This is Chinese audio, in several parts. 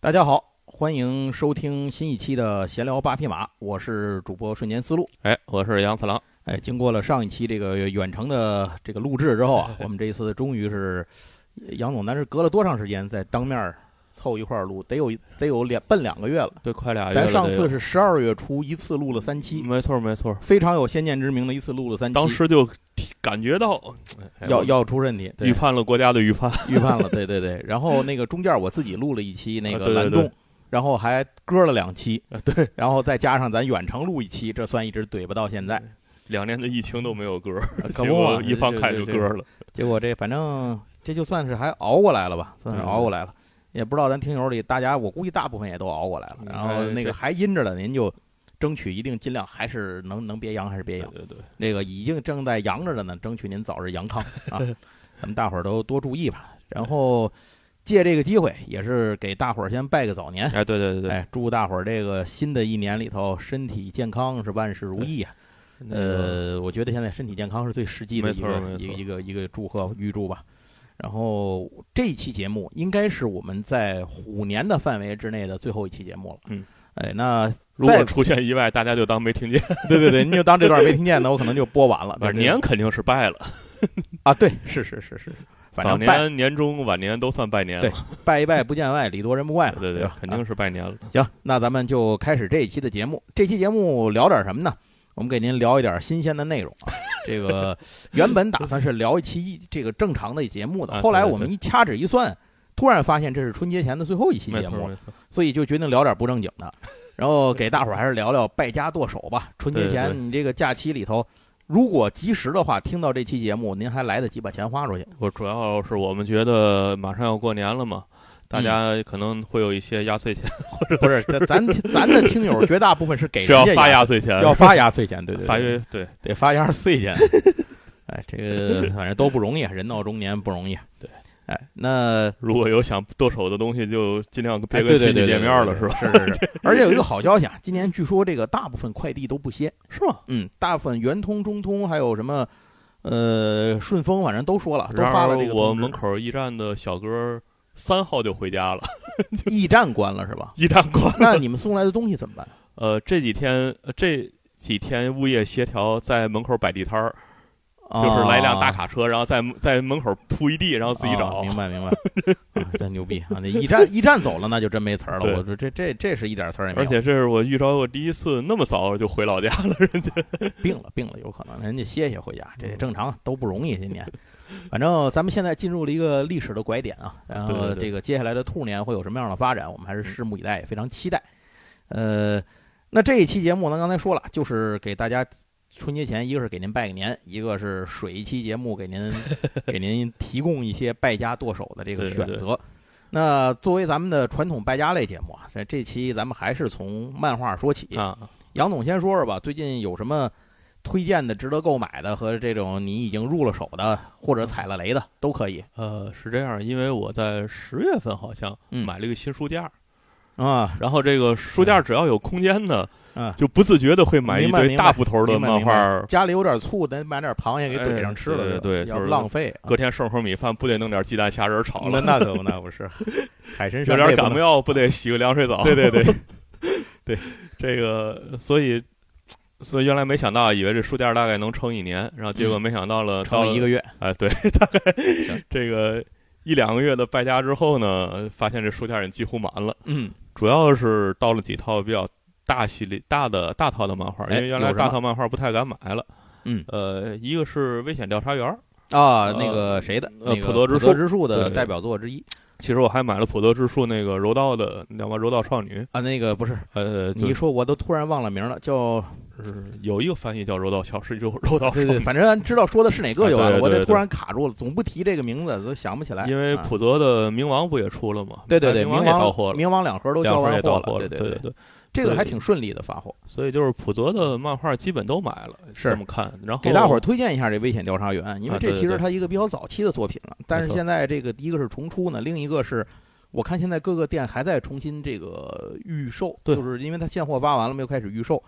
大家好，欢迎收听新一期的闲聊八匹马，我是主播瞬间思路。哎，我是杨次郎。哎，经过了上一期这个远程的这个录制之后 啊，我们这一次终于是杨总，咱是隔了多长时间再当面凑一块儿录？得有得有两奔两个月了。对，快俩月了咱哎得有。上次是十二月初一次录了三期，没错没错，非常有先见之明的一次录了三期，当时就提感觉到哎要我要出问题，对预判了国家的预判。预判了，对对 对。然后那个中间我自己录了一期那啊个对对蓝对啊洞，然后还割了两期，对，然后再加上咱远程录一期，这算一直怼吧到现在，啊两年的疫情都没有歌，可结不嘛果一放开就这歌。这这了。结果这反正这就算是还熬过来了吧，算是熬过来嗯了。也不知道咱听友里大家，我估计大部分也都熬过来了。然后哎那个这还阴着的，您就争取一定尽量还是能能别阳还是别对阳。对对，那个已经正在阳着的呢，争取您早日阳康啊！ 咱们大伙儿都多注意吧。然后借这个机会，也是给大伙儿先拜个早年，哎对对对对，哎，祝大伙儿这个新的一年里头身体健康，是万事如意啊！那个呃，我觉得现在身体健康是最实际的没一错个没一错个一个一个祝贺预祝吧。然后这一期节目应该是我们在虎年的范围之内的最后一期节目了。嗯，哎，那 如果再出现意外，大家就当没听见。对对对，您就当这段没听见的，我可能就播完了。对晚对年肯定是拜了，啊，对，是是是是，反早正拜年、年中、晚年都算拜年了。拜一拜不见外，礼多人不怪嘛，对吧？肯定是拜年了。啊行，那咱们就开始这一期的节目。这期节目聊点什么呢？我们给您聊一点新鲜的内容啊。这 个原本打算是聊一期一这个正常的节目的，啊后来对对我们一掐指一算，突然发现这是春节前的最后一期没节目错了，没错，所以就决定聊点不正经的，然后给大伙儿还是聊聊败家剁手吧。春节对对前对你这个假期里头，如果及时的话，听到这期节目，您还来得及把钱花出去。我主要是我们觉得马上要过年了嘛，嗯大家可能会有一些压岁钱，不是，咱咱咱的听友绝大部分是给是要人家发压压岁钱，要发压岁钱，对对对，发月对。得发压岁钱。哎，这 个反正都不容易，啊人到中年不容易。对，哎，那如果有想剁手的东西，就尽量哎别对跟对亲对，戚见面了，是对吧？？对对是是是。而且有一个好消息啊，今年据说这个大部分快递都不歇，是吗？嗯，大部分圆通、中通还有什么。呃，顺丰反正都说了，都发了这个我通知门口驿站的小哥三号就回家了，驿站关了是 ？吧驿站关。那你们送来的东西怎么办？呃，这几天呃这几天物业协调在门口摆地摊儿，就是来一辆啊大卡车，然后在在门口铺一地，然后自己哦找。明白明白， 啊，真牛逼啊！那驿站驿站走了，那就真没词儿了。对我说这这这是一点词儿也没而有，且这是我遇着我第一次那么早就回老家了，人家病了病了，有可能人家歇歇回家，这嗯也正常，都不容易今年。反正咱们现在进入了一个历史的拐点啊，然对后对对这个接下来的兔年会有什么样的发展，我们还是拭目以待，也非常期待。呃，那这一期节目呢，刚才说了，就是给大家春节前，一个是给您拜个年，一个是水一期节目给 您给您提供一些败家剁手的这个对选对择。对那作为咱们的传统败家类节目啊，在这期咱们还是从漫画说起。啊，杨总先说说吧，最近有什么推荐的、值得购买的和这种你已经入了手的或者踩了雷的都可以呃，是这样，因为我在十月份好像嗯买了一个新书架，啊。然后这个书架只要有空间呢，嗯就不自觉的会买一明白堆明白大部头的明白漫明画白儿家里有点醋，得买点螃蟹给怼上哎吃了，对这个对对要就是浪费啊。隔天剩口米饭不得弄点鸡蛋虾仁儿炒那了？那可不，那不是海参 有扇点贝不感能冒不得洗个凉水澡？对对 对，这个所以所以原来没想到，以为这书架大概能撑一年，然后结果没想到了，到撑了一个月，月，哎，对， 大概这个一两个月的败家之后呢，发现这书架也几乎满了，嗯，主要是到了几套比较。大系列、大的大套的漫画，因哎为原有来什么大套漫画不太敢买了。嗯呃，一个是《危险调查员》，啊，那个谁的，呃那个普陀之树普陀之树的对对代表作之一其实我还买了普德之树那个柔道的，你知道吗？柔道少女，啊，那个不是，呃，你就一说我都突然忘了名了， 叫是有一个翻译叫柔道小是柔柔 道少对对，女，反正知道说的是哪个就完了，啊对对我这对突然卡住了，总不提这个名字都想不起来，因为啊普德的冥王不也出了吗？对对对，哎冥冥王也到货了，冥王两盒都交两完也到了，了，对对对，对。哦这个还挺顺利的发货。所以就是普德的漫画基本都买了，是这么看。然后给大伙儿推荐一下这《危险调查员》，因为啊这对对其实对它一个比较早期的作品了，但是没错现在这个一个是重出呢，另一个是。我看现在各个店还在重新这个预售，对就是因为它现货发完了，没有开始预售。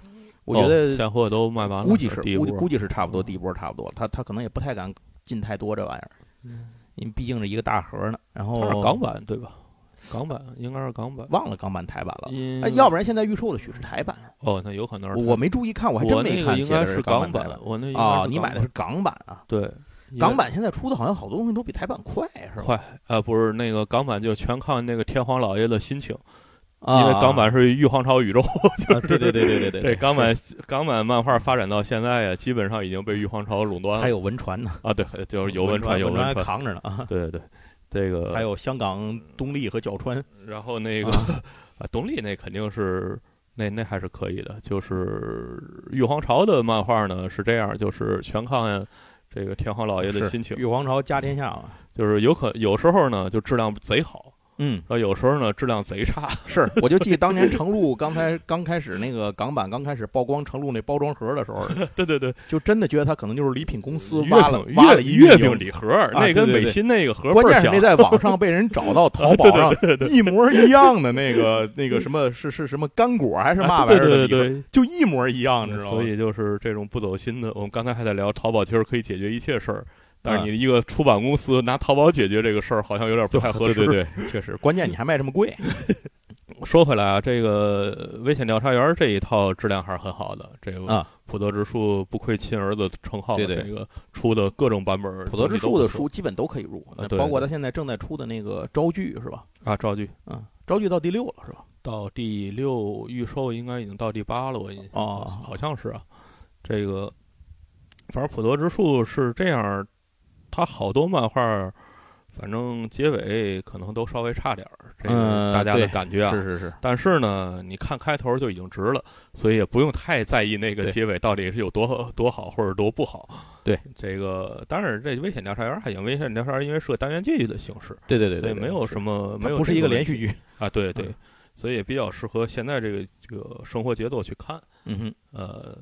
我哦觉得现货都卖完了，估计是第一估计波哦估计是差不多，第一波差不多，他他可能也不太敢进太多这玩意儿，因为毕竟是一个大盒呢。然嗯它是后港版对吧？港版应该是港版，忘了港版台版了。因哎，要不然现在预售的许是台版，哦，那有可能是我没注意看，我还真我没那看写个应的该是港版台版我那应该啊，是你港买的版是港版啊？对应港该版现在出的好像好多东西都比台版快，是吧？快啊、不是那个港版就全看那个天皇老爷的心情，啊， 因为港版是玉皇朝宇宙，啊，对对对对对对对港版港版漫画发展到现在呀，基本上已经被玉皇朝垄断还了有文传呢，啊，对，就是有文传有文文还传，嗯扛着呢啊，对对对，这个还有香港东立和角川，然后那个啊，东立那肯定是那那还是可以的。就是玉皇朝的漫画呢是这样，就是全看这个天皇老爷的是心情，玉皇朝家天 下嘛。就是有可有时候呢就质量贼好，嗯，然后有时候呢质量贼差。是，我就记得当年程璐刚才刚开始那个港版刚开始曝光程璐那包装盒的时候，对对对，就真的觉得他可能就是礼品公司月挖了饼挖月了一月运饼营，礼盒儿，那对跟对北对新那个盒儿关倍键儿是像那。在网上被人找到 淘宝上一模一样的那个那个什么是是什么干果还是嘛啊玩意对儿的对对礼盒，对就一模一样，你对，知道所吗？以就是这种不走心的。我们刚才还在聊淘宝，其实可以解决一切事儿，但嗯是你一个出版公司拿淘宝解决这个事儿，好像有点不太合适。对对 对，确实，关键你还卖这么贵，说回来啊，这个呃危险调查员这一套质量还是很好的。这个啊，普泽之树不愧亲儿子称号，对对这个出的各种版本儿普东西泽都不错，之树的书基本都可以入，啊对包括他现在正在出的那个《招剧》是吧？啊，赵剧嗯，《招剧》到第六了是吧？到第六预售应该已经到第八了，我印象哦好像是啊。这个反正普泽之树是这样，他好多漫画儿，反正结尾可能都稍微差点儿，这个嗯大家的对感觉啊，是是是，但是呢，你看开头就已经值了，所以也不用太在意那个对结尾到底是有多多好或者多不好。对这个，当然这危险调查员还行，危险调查员因为是个单元剧的形式，对对对所以没有什么，么没它有不是一这个个连续剧，啊，对对嗯，所以也比较适合现在这个这个生活节奏去看。嗯 哼。呃，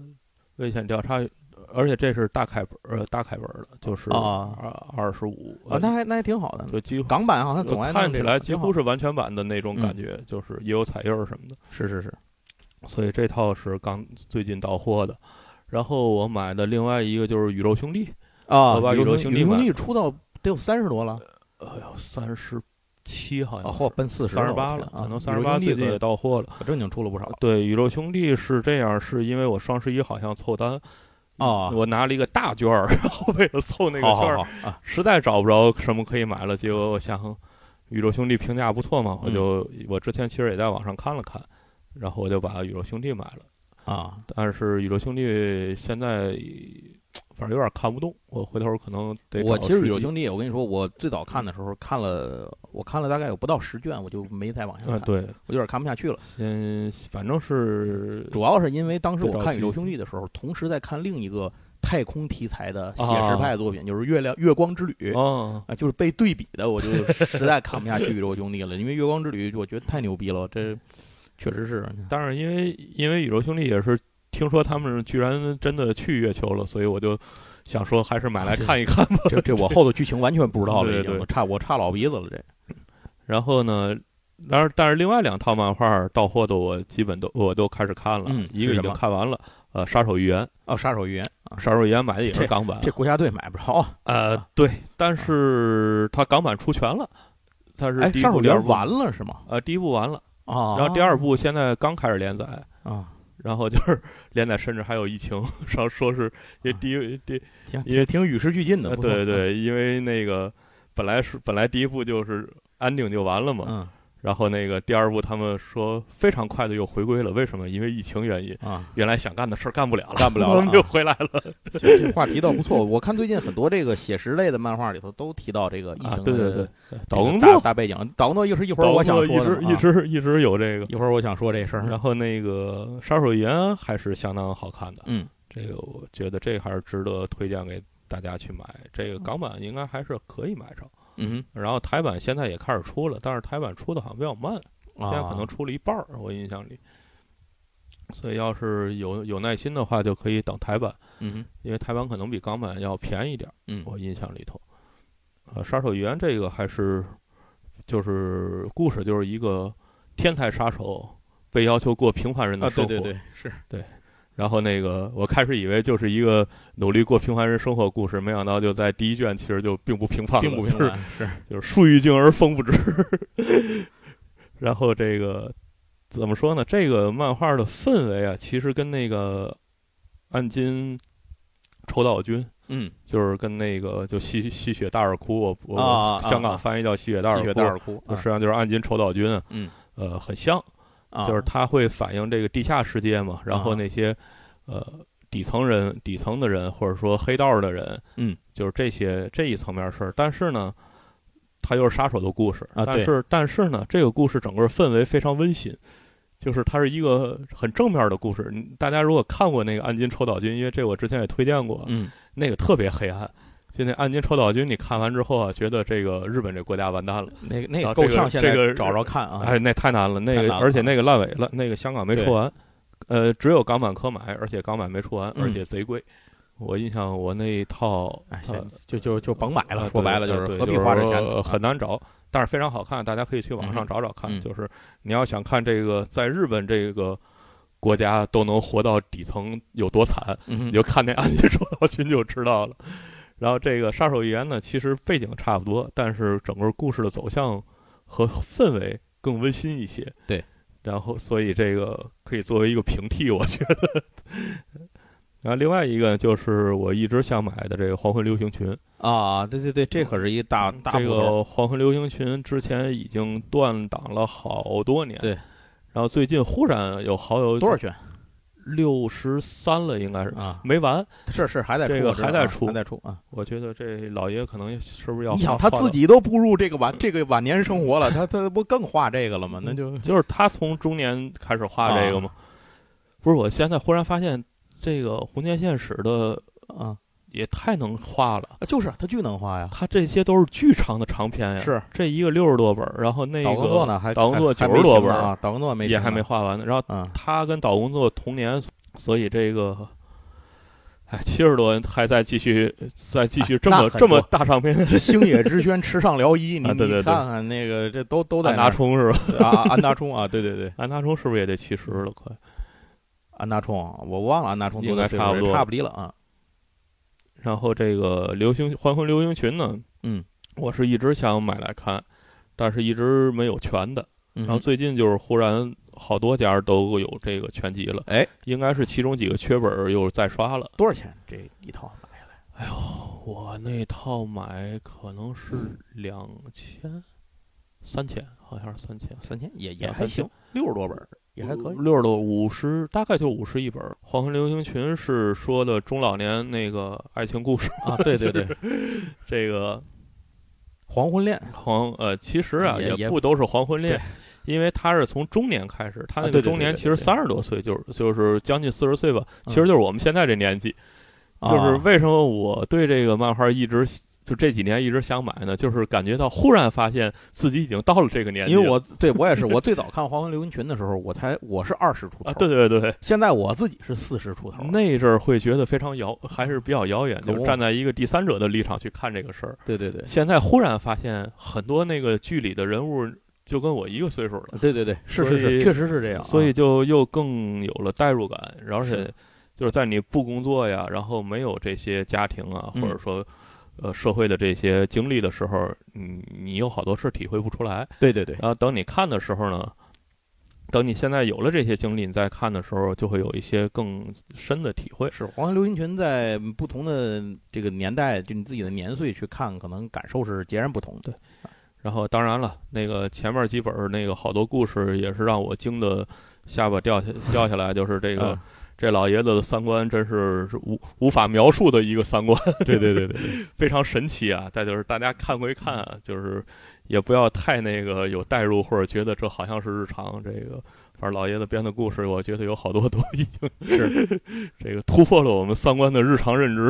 危险调查，而且这是大凯本呃大凯文的，就是啊二十五呃啊，那还那还挺好的。就几乎。港版好像总爱弄看起这来种几挺乎好是完全版的那种感嗯觉，就是也有彩印儿什么的。是是是，所以这套是刚最近到货的。然后我买的另外一个就是《宇宙兄弟》，啊我把宇宙兄弟买兄弟出到得有三十多了，哎呦，三十七好啊，像嚯，奔四十三十八了我了，可天啊，能三十八宇最宙兄近弟也可到货了。可正经出了不少对，《宇宙兄弟》是这样，是因为我双十一好像凑单，啊。我拿了一个大券儿， 然后为了凑那个好券好儿，好啊，实在找不着什么可以买了，结果我下哼，宇宙兄弟》评价不错嘛，嗯我就、我之前其实也在网上看了看，然后我就把《宇宙兄弟》买了。啊，但是宇宙兄弟现在反正有点看不动，我回头可能得我找其实时宇宙机兄弟，我跟你说，我最早看的时候看了，我看了大概有不到十卷，我就没再往下啊，看，对，我有点看不下去了。嗯，反正是主要是因为当时我看对宇宙兄弟的时候，同时在看另一个太空题材的写啊实派作品，就是《月亮月光之旅》啊，啊，就是被对比的，我就实在看不下去《宇宙兄弟》了，因为《月光之旅》我觉得太牛逼了，这确实是当然因为因为宇宙兄弟也是听说他们居然真的去月球了，所以我就想说还是买来看一看吧。 这这我后头剧情完全不知道了，对已经对我差我差老鼻子了，这然后呢，然而但是另外两套漫画到货的我基本都我都开始看了，嗯一是个已什经么看完了，呃，杀手预言，哦，杀手预言啊，杀手预言买的也是港版，这国家队买不着啊，呃，对，但是它港版出全了，它是哎，第一杀手部预第二言部完了是吗？呃，第一部完了，啊，然后第二部现在刚开始连载，啊，然后就是 连载，甚至还有疫情， 然后说是因为啊第一第挺因为也挺与时俱进的，呃不错嗯对，对，因为那个本来是本来第一部就是安定就完了嘛，嗯然后那个第二部他们说非常快的又回归了，为什么？因为疫情原因，啊，原来想干的事儿干不了了，干不了了啊我们 就回来了。行，这话题倒不错，我看最近很多这个写实类的漫画里头都提到这个疫情啊的，对对对，这找个工大作，大背景，导工作一是一会儿找我工想作一说的直嗯嘛一啊嗯直一直有这个。一会儿我想说这事儿啊然后那个杀手预言还是相当好看的，嗯，这个我觉得这还是值得推荐给大家去买。这个港版应该还是可以买着，嗯然后台版现在也开始出了，但是台版出的好像比较慢，哼，现啊在可能出了一半儿，我印象里。所以要是有有耐心的话，就可以等台版，嗯哼因为台版可能比港版要便宜一点儿，嗯我印象里头。呃，杀手预言这个还是就是故事就是一个天才杀手被要求过平凡人的啊，生活，对对对，是然后那个，我开始以为就是一个努力过平凡人生活故事，没想到就在 第一卷其实就并不平凡了，并不平就是凡，是就是树欲静而风不止。 然后这个怎么说呢？这个漫画的氛围啊，其实跟那个暗金仇岛君，嗯，就是跟那个就吸吸血大耳窟，我我、啊啊啊香港翻译叫吸血大吸耳血窟，大耳窟，啊实际上就是暗金仇岛君，嗯，呃，很像，啊，就是它会反映这个地下世界嘛，然后啊那些呃底层人、底层的人，或者说黑道的人，嗯，就是这些这一层面的事儿。但是呢，它又是杀手的故事，啊但对是但是呢，这个故事整个氛围非常温馨。就是它是一个很正面的故事，你大家如果看过那个《暗金丑岛君》，因为这我之前也推荐过，嗯那个特别黑暗。就那《暗金丑岛君》，你看完之后啊，觉得这个日本这国家完蛋了。那个那然个后这够个呛，现在这个找着看啊，哎，那太难了，那太个难了而且那个烂尾了，那个香港没出完，呃，只有港版可买，而且港版没出完，嗯而且贼贵。我印象我那一套，哎，呃先就就就甭买呃了，说白了对就呃是对何必花这就是钱呃呢？很难找，但是非常好看，大家可以去网嗯上哼找找看。嗯就是你要想看这个在日本这个国家都能活到底层有多惨，嗯你就看那安吉手套群就知道了。然后这个杀手预言呢，其实背景差不多，但是整个故事的走向和氛围更温馨一些。对，然后所以这个可以作为一个平替，我觉得。 然后另外一个就是我一直想买的这个黄昏流行群，啊，对对对，这可是一大大嗯这部头，个黄昏流行群之前已经断档了好多年。对。然后最近忽然有好友多少卷六十三了，应该是啊？没完。是是，还在出，嗯这个我知道还在啊出还在出啊！我觉得这老爷可能是不是要你想换他自，己都步入这个晚这个晚年生活了，他他不更画这个了吗？那就换就是他从中年开始画啊这个吗？不是，我现在忽然发现这个红间线史的啊，也太能画了，就是啊他巨能画呀，他这些都是巨长的长篇呀，是这一个六十多本儿，然后哎那岛耕作个呢，还岛耕作还还90多没停呢本儿啊，岛耕作没也停还没 呢画完呢，然后啊他跟岛工作同年，所以这个。哎，七十多还在继续，再继续哎这那么、很多这么大长篇，星野之轩、池上辽一，你啊对对对你看看那个，这都 都在安那儿达充是吧？啊，安达充啊，对对对，安达充是不是也得七十了？快，安达充，啊我忘了安达充多应该大岁差数不了，多差不离了啊。然后这个流星《还魂流星群》呢，嗯，我是一直想买来看，但是一直没有全的。然然后最近就是忽然好多家都有这个全集了，哎，应该是其中几个缺本儿又再刷了。多少钱这一套买下来？哎我那套买可能是两千、三千，好像是三千。三千也也两还三千行，六十多本儿也还可以。六十多五十，大概就五十一本儿。《黄昏流星群》是说的中老年那个爱情故事， 啊，对对对，这个 黄昏恋黄呃，其实啊也也不都是黄昏恋对，因为他是从中年开始，他啊那个对对中年对对其实对三十多岁，就是就是将近四十岁吧，嗯其实就是我们现在这年纪。就是啊为什么我对这个漫画一直就这几年一直想买呢？就是感觉到忽然发现自己已经到了这个年纪因了，为我对我也是，我最早看《黄昏流星群》的时候，我才我是二十出头，啊，对，对对对，现在我自己是四十出头了，那阵儿会觉得非常遥，还是比较遥远，可就是不站在一个第三者的立场去看这个事儿。对对对，现在忽然发现很多那个剧里的人物就跟我一个岁数了。对对对，是所是以是，确实是这样啊。所以就又更有了代入感，然后而且是就是在你不工作呀，然后没有这些家庭啊，或嗯者说呃社会的这些经历的时候，你你有好多事体会不出来。对对对，然后等你看的时候呢，等你现在有了这些经历，你再看的时候，就会有一些更深的体会。是《黄昏流星群》在不同的这个年代，就你自己的年岁去看，可能感受是截然不同的。然后当然了，那个前面几本儿那个好多故事也是让我惊的下巴掉下掉下来，就是这个。嗯这老爷子的三观真是是无无法描述的一个三观，对对对对对， 非常神奇啊！再就是大家看归看啊，就是也不要太那个有代入，或者觉得这好像是日常。这个反正老爷子编的故事，我觉得有好多都已经是 这个突破了我们三观的日常认知。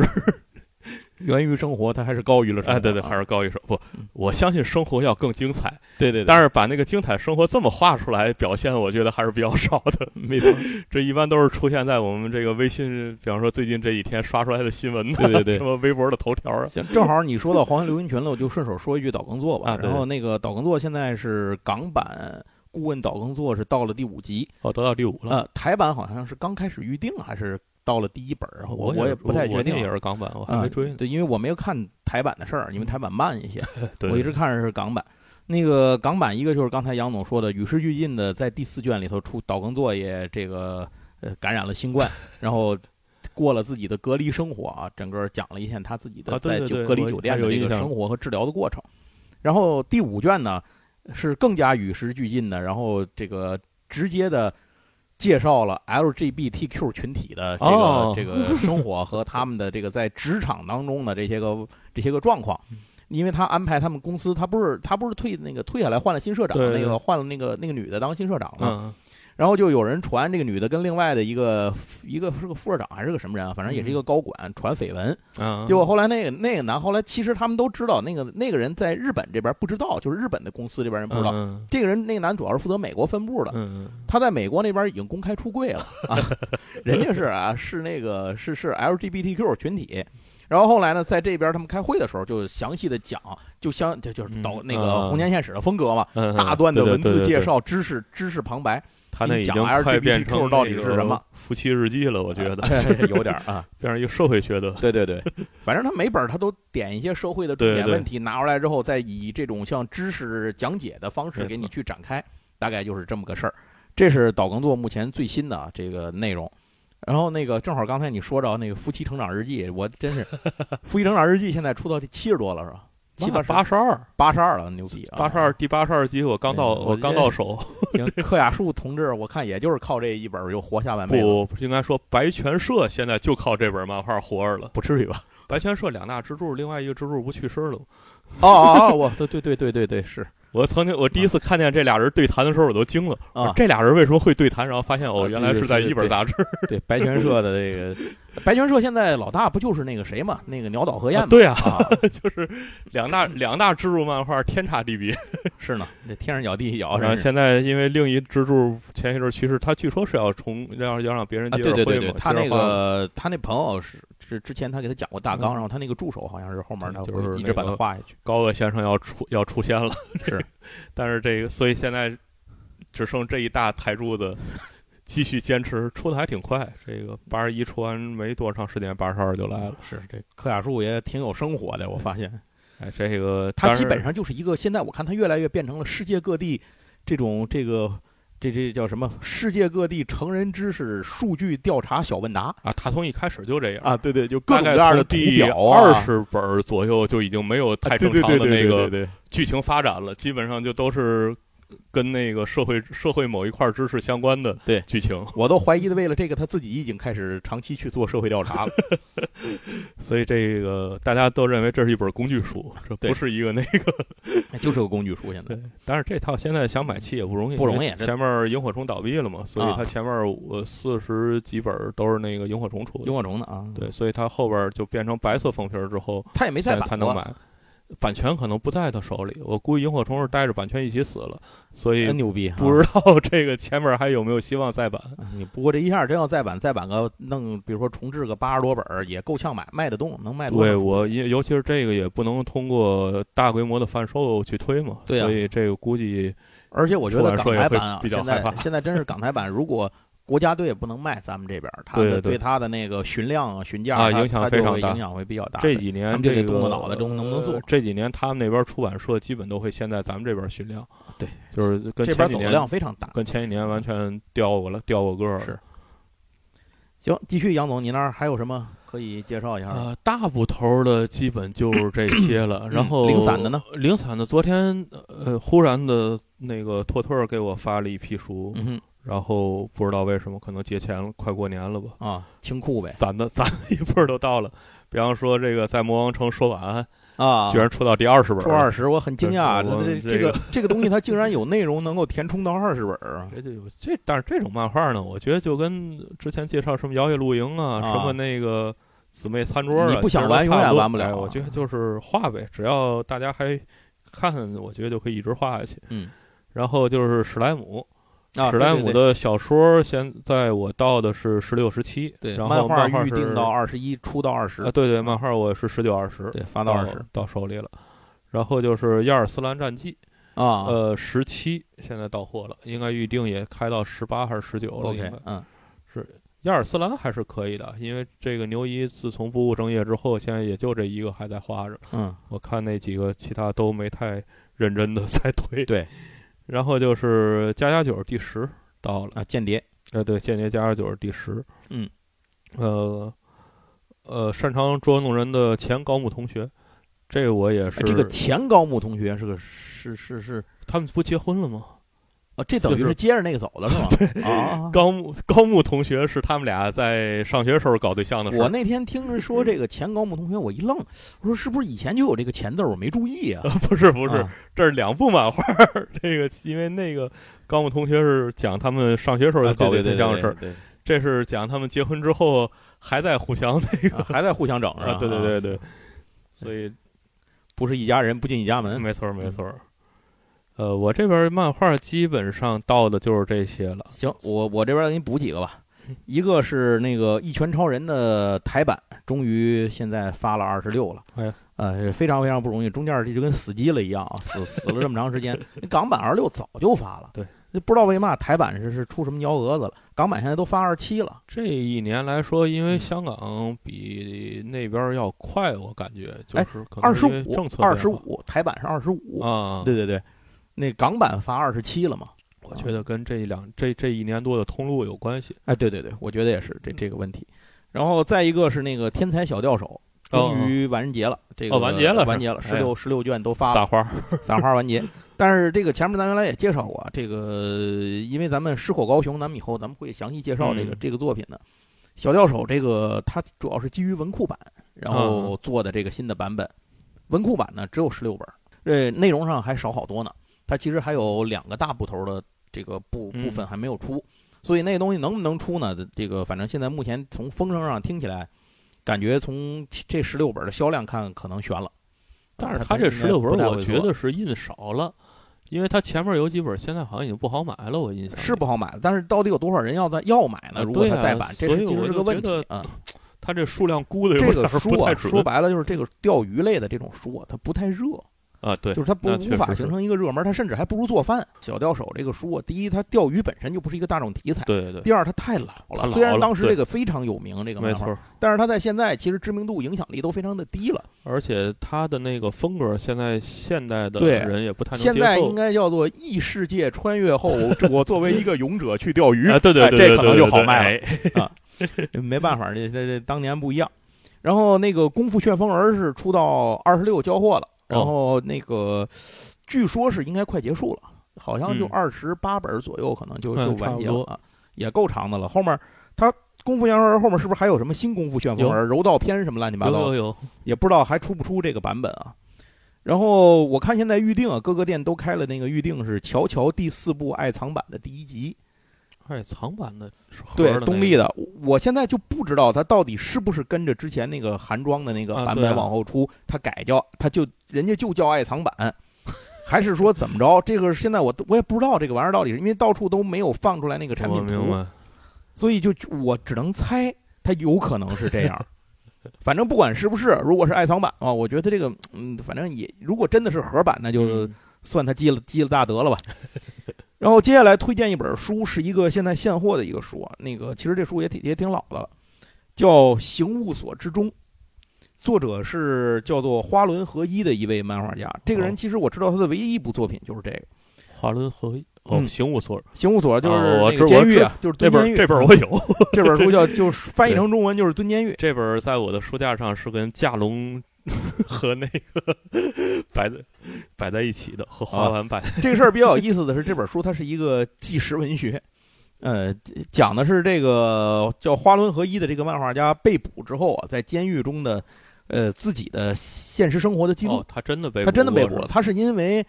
源于生活，它还是高于了生活啊。哎，对对，还是高一手。不嗯，我相信生活要更精彩，对对，但是把那个精彩生活这么画出来表现，我觉得还是比较少的。 没 错，这一般都是出现在我们这个微信，比方说最近这几天刷出来的新闻呐，对对对什么微博的头条啊，行，正好你说到黄昏流星群了，我就顺手说一句岛耕作吧。啊对然后那个岛耕作现在是港版顾问岛耕作是到了第五集，哦，得到第五了。呃，台版好像是刚开始预定啊还是到了第一本儿，啊我也也不太确定我那啊。也是港版，我还没追呢。嗯对，因为我没有看台版的事儿，因为台版慢一些，对，我一直看着是港版。那个港版一个就是刚才杨总说的，与时俱进的，在第四卷里头出岛耕作业，这个呃感染了新 冠，然后过了自己的隔离生活啊，整个讲了一下他自己的啊对在对酒对隔离我酒店还的有这个印象生活和治疗的过程。然后第五卷呢是更加与时俱进的，然后这个直接的介绍了 LGBTQ 群体的这个、哦这个生活和他们的这个在职场当中的这些个这些个状况。嗯因为他安排他们公司，他不是他不是退那个退下来换了新社长，对对那个换了那个那个女的当新社长嘛。嗯，然后就有人传这个女的跟另外的一个一个是个副社长还是个什么人啊，反正也是一个高管传绯闻。嗯，结果后来那个那个男后来其实他们都知道，那个那个人在日本这边不知道，就是日本的公司这边人不知道。嗯这个人那个男主要是负责美国分部的，嗯，他在美国那边已经公开出柜了啊，人家是啊，是那个是是 LGBTQ 群体。然后后来呢，在这边他们开会的时候，就详细的讲，就相就就是导嗯那个啊红年现史的风格嘛，嗯大段的文字介，嗯对对对对对绍、知识知识旁白，他那已经讲 LGBTQ 快变成到底是什么夫妻日记了，我觉得 有点儿啊，变成一个社会学的， 对对对，反正他每本儿他都点一些社会的重对点对问题，拿出来之后，再以这种像知识讲解的方式没给错你去展开，大概就是这么个事儿。这是岛耕作目前最新的啊这个内容。然后那个正好刚才你说到那个夫妻成长日记，我真 是夫妻成长日记现在出到第七十多了是吧？七八八十十二，八十二了，牛逼啊！ 哎八十二第八十二集我刚到，对我刚到手，行，柯亚树同志，我看也就是靠这一本儿又活下半辈子，不不应该说白泉社现在就靠这本漫画活 着了。不至于吧？白泉社两大支柱，另外一个支柱不去世了吗。哦哦哦，我对对对对对对 是我曾经我第一次看见这俩人对谈的时候，我都惊了。啊我说，这俩人为什么会对谈？然后发现啊哦，原来对是在对一本对杂志。 对白泉社的这个， 白泉社现在老大不就是那个谁嘛，那个鸟岛和彦啊嘛？对啊， 啊，就是两大两大支柱漫画天差地别。是呢，这天上咬地一咬，哦然后真是现在因为另一支柱前一阵去世，他据说是要重要要让别人啊，接对对着对会对，嘛，他接着那画嘛个他那朋友是是之前他给他讲过大纲，嗯然后他那个助手好像是后面他就会是一直那把他个画下去。高鹗先生要出要出现了，是，但 是这个所以现在只剩这一大台柱子继续坚持，出的还挺快。这个八十一出完没多长时间，八十二就来了。是这柯亚树也挺有生活的，我发现哎，这个他当基然本上就是一个现在我看他越来越变成了世界各地这种这个。这这叫什么？世界各地成人知识数据调查小问答啊，他从一开始就这样。啊，对对，就各大种各概样的从图第表二啊，十本儿左右就已经没有啊太对对正常对的那对对个对剧情发展了，基本上就都是跟那个社会社会某一块知识相关的对剧情。我都怀疑的，为了这个他自己已经开始长期去做社会调 查了。所以这个大家都认为这是一本工具书，这对不是一个那个。就是个工具书，现在对， 但是这套现在想买气也不容易，不容易因为这前面萤火虫倒闭了嘛，所以啊它前面我四十几本儿都是那个萤火虫出萤的，火虫的啊，对，所以它后边就变成白色封皮儿之后，他也没再现在版才过能。买。版权可能不在他手里，我估计萤火虫是带着版权一起死了，所以真牛逼啊， 不知道这个前面还有没有希望再版。你不过这一下真要再版，再版个弄，比如说重置个八十多本儿也够呛买，卖得动，能卖多对少？我，因尤其是这个也不能通过大规模的贩售去推嘛，对啊所以这个估计而且我觉得港出版社台也会版啊，比较现害在怕 现在真是港台版，如果国家队不能卖咱们这边儿，他对的对对他的那个询量啊、询价啊它影响它就非常会大影响会比较大。这几他年们就这得个动动脑子中能不能做呃这几年他们那边出版社基本都会先在咱们这边询量，啊对，就是跟这边儿前几走的年量非常大。跟前几年完全掉过了，掉过个儿了。是行，继续，杨总，你那儿还有什么可以介绍一下的？。呃，大部头的基本就是这些了然后嗯零散的呢？呃零散的昨天呃，忽然的那个托托儿给我发了一批书，嗯哼然后不知道为什么，可能节前了，快过年了吧，啊，清库呗攒的攒 的一份儿都到了。比方说这个在魔王城说晚安，啊，居然出到第二十本出儿二了。十，我很惊讶，就是我他这们这这个个这个东西，它竟然有内容能够填充到二十本儿啊！这就有这，但是这种漫画呢，我觉得就跟之前介绍什么摇曳露营啊，啊什么那个姊妹餐桌啊，你不想其实都玩差永远多玩不了哎我觉得就是画呗，只要大家还看，我觉得就可以一直画下去。嗯，然后就是史莱姆，啊史莱姆，的小说现在我到的是十六、十七，对对对然漫后画漫预是定到二十一，出到二十啊，，对对，漫画我是十九、二十，对，发到二十到手里了。然后就是《亚尔斯兰战记》，啊。呃，十七现在到货了，应该预定也开到十八还是十九了。应 OK，该嗯，亚尔斯兰还是可以的，因为这个牛一自从不务正业之后，现在也就这一个还在画着。嗯，我看那几个其他都没太认真的 在推。对，然后就是加加九第十到了，啊，间谍，呃，对，间谍加加九第十，嗯，呃呃，擅长捉弄人的前高木同学，这个我也是，哎这个前高木同学是个是是是，他们不结婚了吗？啊，这等于就是是接着那个走的是 吗？啊，高木高木同学是他们俩在上学时候搞对象的事我儿，那天听人说这个前高木同学，我一愣，我说是不是以前就有这个前字儿，我没注意啊？ 不是不是啊，，这是两部漫画儿。这个因为那个高木同学是讲他们上学时候啊搞对对象的事儿，对，这是讲他们结婚之后还在互相那个啊还在互相整是吧啊， 对对，对对，所以不是一家人不进一家门。没错儿没错儿。呃，我这边漫画儿基本上到的就是这些了。行，我我这边儿给你补几个吧。一个是那个《一拳超人》的台版，终于现在发了二十六了，哎呀呃，是非常非常不容易，中间这就跟死机了一样啊，死死了这么长时间。那港版二十六早就发了，对，不知道为嘛台版是是出什么幺蛾子了，港版现在都发二十七了，这一年来说，因为嗯香港比那边儿要快，我感觉就哎是可能二十因为五政，策二变十化五，台版是二十五，啊，对对对，那港版发二十七了嘛？我觉得跟这一两这这一年多的通路有关系。哎，对对对，我觉得也是嗯这这个问题。然后再一个是那个《天才小钓手》，终于完结了，这个哦哦完结了是完结了，哎十六十六卷都发了，撒 花，散花完结。但是这个前面咱原来也介绍过，这个因为咱们狮火高雄，咱们以后咱们会详细介绍这个、嗯这个作品的。小钓手这个它主要是基于文库版，然后啊做的这个新的版本。文库版呢只有十六本，这内容上还少好多呢。它其实还有两个大部头的这个部嗯部分还没有出，所以那个东西能不能出呢？这个反正现在目前从风声上听起来，感觉从这十六本的销量看，可能悬了。但是它他应该这十六本不太儿，会我做觉得是印少了，因为他前面有几本现在好像已经不好买了，我印象里是不好买的，但是到底有多少人要再要买呢？啊如果对它啊再版，这所以是其我实是就个问觉题得 啊。他这数量估的有这点个儿书不啊，太说准白了就是这个钓鱼类的这种书啊，它不太热，啊，对就是它不那确无法实是形成一个热门，它甚至还不如做饭。小钓手这个书啊，第一，它钓鱼本身就不是一个大众题材。对对对，第二，它太老老了。了虽然当时对这个非常有名，这个没漫画错，儿。但是它在现在其实知名度、影响力都非常的低了。而且他的那个风格，现在现代的对人也不太能现接在受应该叫做异世界穿越后，我作为一个勇者去钓鱼 哎，对对哎对，这对可能就对对好对卖了哎没办法，这这这当年不一样。然后那个《功夫旋风儿》是出到二十六交货了，哦然后那个据说是应该快结束了，好像就嗯二十八本儿左右，可能就就嗯完结差不了多啊，也够长的了。后面他《功夫旋风儿》后面是不是还有什么新《功夫旋风儿》啊柔道篇什么乱七八有糟的有？有，也不知道还出不出这个版本啊。然后我看现在预定啊，各个店都开了那个预定是《乔乔》第四部爱藏版的第一集，哎，藏版的是盒对儿的东那立个的，我现在就不知道它到底是不是跟着之前那个韩装的那个啊版对本啊往后出，它改叫它就人家就叫爱藏版， 还是说怎么着？这个现在我都我也不知道这个玩意儿到底是因为到处都没有放出来那个产我品明图，白，嗯所以就我只能猜它有可能是这样。反正不管是不是，如果是爱藏版啊，我觉得这个嗯，反正也如果真的是盒版，那就。嗯算他积了积了大德了吧。 然后接下来推荐一本书，是一个现在现货的一个书啊。那个其实这书也挺也挺老的了，叫《行务所之中》，作者是叫做花轮和一的一位漫画家。这个人哦其实我知道他的唯一一部作品就是这个《华伦合一哦，嗯行我所行务所》，就哦我是那知个我监狱啊，就是这蹲本监儿狱。这本儿我有， 这本书叫就是翻译成中文就是蹲监狱。这本儿在我的书架上是跟架龙 和那个 摆在摆在一起的，啊和花篮摆。这个事儿比较有意思的是，这本书它是一个纪实文学，呃，讲的是这个叫花轮和一的这个漫画家被捕之后啊，在监狱中的呃自己的现实生活的记录。哦，他真的被他真的被捕过了，是吧。他是因为，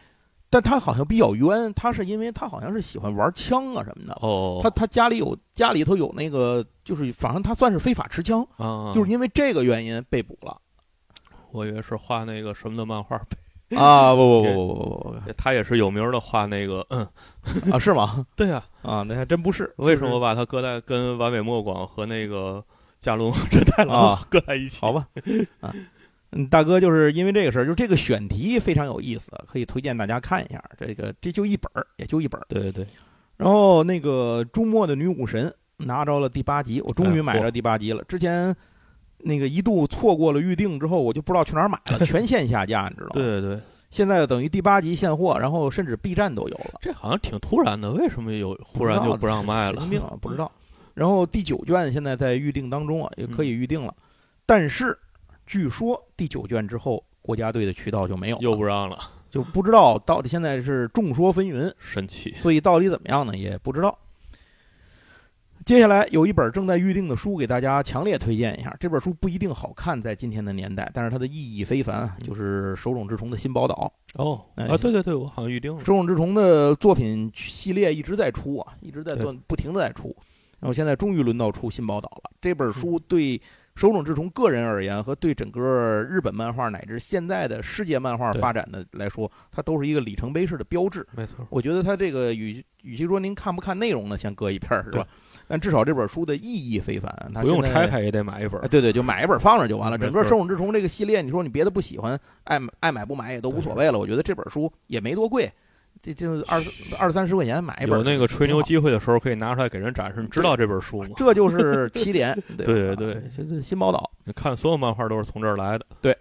但他好像比较冤，他是因为他好像是喜欢玩枪啊什么的。哦，他他家里有家里头有那个，就是反正他算是非法持枪，啊，就是因为这个原因被捕了。我以为是画那个什么的漫画，啊不不不不不不他也是有名儿的画那个，嗯，不啊是吗？对啊，啊那还真不是，为什就是么把他搁在跟完美莫广和那个 架龙真太郎啊搁在一起？ 好吧，啊，嗯，大哥就是因为这个事儿，就这个选题非常有意思，可以推荐大家看一下。这个这就一本儿，也就一本儿。对对对，然后那个《朱墨的女武神》拿着了第八集，我终哎于呦买着第八集了。之前那个一度错过了预定之后，我就不知道去哪儿买了，全线下架，你知道吗？对对对，现在等于第八集现货，然后甚至 B 站都有了，这好像挺突然的，为什么有忽然就不让卖神哎了经？病啊， 不知道。然后第九卷现在在预定当中啊，也可以嗯预定了，但是据说第九卷之后，国家队的渠道就没有了，又不让了，就不知道到底现在是众说纷纭，神奇。所以到底怎么样呢，也不知道。接下来有一本正在预定的书，给大家强烈推荐一下。这本书不一定好看，在今天的年代，但是它的意义非凡啊，就是手冢治虫的《新宝岛》。哦哎啊，对对对，我好像预定了。手冢治虫的作品系列一直在出啊，一直在断不停的在出，然后现在终于轮到出新宝岛了。这本书对手冢治虫个人而言，和对整个日本漫画乃至现在的世界漫画对发展的来说，它都是一个里程碑式的标志。没错，我觉得它这个与与其说您看不看内容呢，先搁一边儿是对吧？但至少这本书的意义非凡，它不用现在拆。开也得买一本啊。对对，就买一本放着就完了。没整个《错手冢治虫》这个系列，你说你别的不喜欢，爱买爱买不买也都无所谓了。我觉得这本书也没多贵，这就二二三十块钱买一本。有那个吹牛挺好，机会的时候，可以拿出来给人展示。你知道这本书吗？这就是起点。对对对对这这新宝岛。你看，所有漫画都是从这儿来的。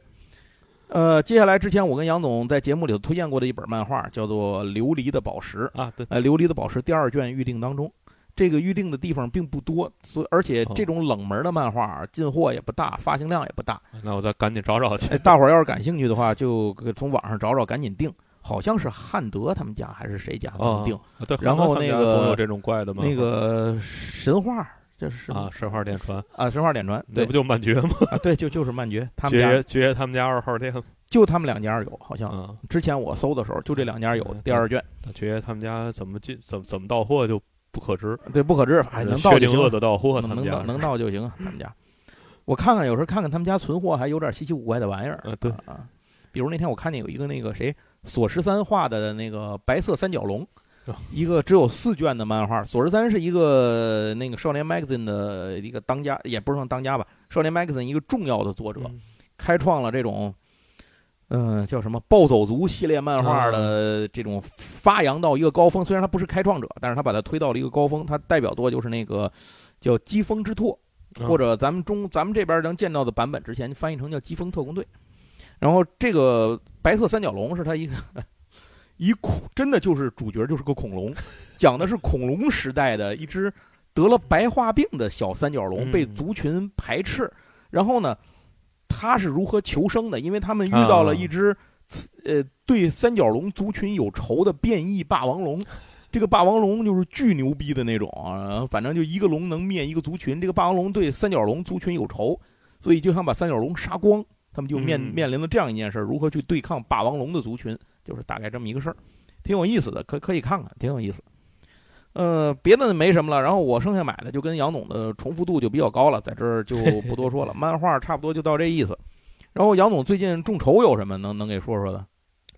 呃，接下来之前我跟杨总在节目里头推荐过的一本漫画，叫做《琉璃的宝石》。啊，对，呃，《琉璃的宝石》第二卷预定当中。这个预定的地方并不多，所以而且哦这种冷门的漫画进货也不大，发行量也不大。那我再赶紧找找去啊哎，。大伙儿要是感兴趣的话，就从网上找找，赶紧订。好像是汉德他们家还是谁家他啊们订、，啊对，然后好像他们那家个总有这种怪的吗？那个神话，这是什么啊，神话电传，啊神话点传，那对不就是漫爵吗？啊对，就就是曼觉他们爵家爷，爵爷他们家二号店就他们两家有，好像、啊，之前我搜的时候就这两家有嗯第二卷，那爵爷他们家怎么进，怎么怎么到货就不可知。对，不可知，哎，能薛到就定行谔了，的到货，他能嗯们能家到能到就行啊，他们家。我看看，有时候看看他们家存货还有点稀奇古怪的玩意儿啊，对啊，比如那天我看见有一个那个谁索十三画的那个白色三角龙啊，一个只有四卷的漫画。索十三是一个那个少年 magazine 的一个当家，也不是说当家吧，少年 magazine 一个重要的作者，嗯开创了这种。嗯，叫什么暴走族系列漫画的这种发扬到一个高峰，虽然他不是开创者，但是他把它推到了一个高峰。他代表作就是那个叫《疾风之拓》，啊或者咱们中咱们这边能见到的版本之前翻译成叫《疾风特工队》，然后这个白色三角龙是他一个一恐，真的就是主角就是个恐龙，讲的是恐龙时代的一只得了白化病的小三角龙嗯被族群排斥，然后呢，他是如何求生的？因为他们遇到了一只呃对三角龙族群有仇的变异霸王龙。这个霸王龙就是巨牛逼的那种啊，反正就一个龙能灭一个族群。这个霸王龙对三角龙族群有仇，所以就想把三角龙杀光。他们就面、嗯面临了这样一件事儿：如何去对抗霸王龙的族群，就是大概这么一个事儿，挺有意思的，可可以看看，挺有意思。呃，别的没什么了。然后我剩下买的就跟杨总的重复度就比较高了，在这儿就不多说了。 漫画差不多就到这意思。然后杨总最近众筹有什么能能给说说的？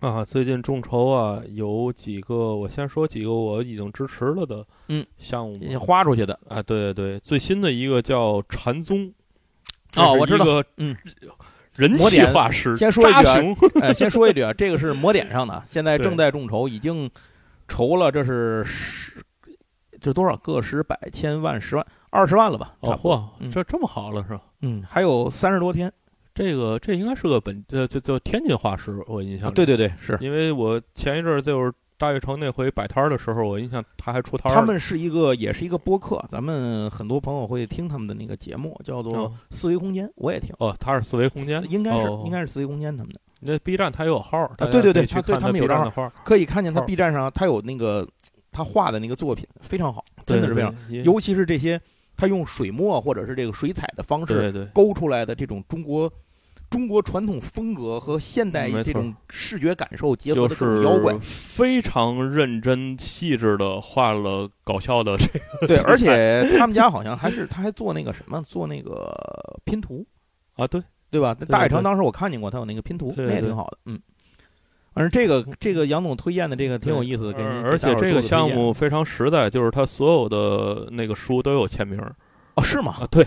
啊，最近众筹啊，有几个，我先说几个我已经支持了的嗯项目吧花出去的啊，对对对，最新的一个叫禅宗，哦我知道，嗯，嗯人魔气点画师先说一扎句啊熊， 哎，先说一句啊，这个是魔点上的，啊现在对正在众筹，已经筹了，这是十，这多少个十百千万十万二十万了吧？哦差不多，嚯嗯，这这么好了是吧？嗯，还有三十多天这个这应该是个本呃，就就天津画师，我印象啊！里对，对对，是因为我前一阵儿就是大悦城那回摆摊儿的时候，我印象他还出摊儿呢，他们是一个，也是一个播客，咱们很多朋友会听他们的那个节目，叫做哦《思维空间》，我也听，哦，他是四维空间，应该是哦应该是《思维空间》他们的，那 B 站他也有号儿，大家对对对可以去他对看他们有 B 站账的画儿，可以看见他哦 B 站上他有那个他画的那个作品非常好，真对的是非常，，对尤其是这些他用水墨或者是这个水彩的方式对对勾出来的这种中国中国传统风格和现代嗯没错这种视觉感受结合就的这种摇是 滚，非常认真细致的画了搞 笑的这个对，而 且他们家好像还是他还做那个什么，做那个拼图，啊，对，对吧？那对大悦城对当时我看见过，他有那个拼图，对那也对挺好的，嗯。反正这个这个杨总推荐的这个挺有意思的，给您而而且这个项给大伙儿做做推荐目非常实在，就是他所有的那个书都有签名儿哦是吗？啊，对，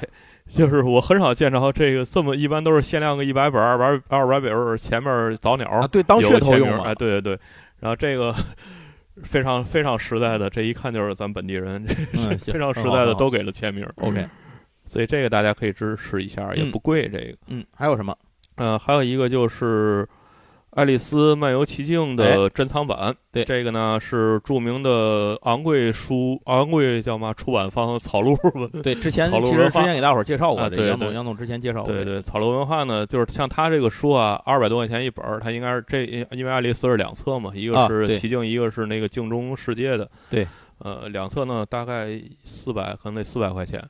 就是我很少见着这个这么一般都是限量个一百本儿、二百二百本儿，前面早鸟啊，对，当有噱头签用名儿嘛哎，，对对对，然后这个非常非常实在的，这一看就是咱本地人， 嗯，哎非常实在的都都嗯给了签名儿， OK，所以这个大家可以支持一下，也嗯不贵这个。嗯，还有什么？呃，还有一个就是，爱丽丝漫游奇境》的珍藏版。哎对这个呢是著名的昂贵书昂贵叫嘛出版方草 鹿吧。对，之前草鹿其实文之化前给大伙儿介绍过啊这对杨总，对杨总之前介绍过对这个，对，草鹿文化呢，就是像他这个书啊，二百多块钱一本儿，它应该是这，因为爱丽丝是两册嘛，一啊个对是奇境，一个是那个镜中世界的，对，呃，两册呢大概四百，可能得四百块钱。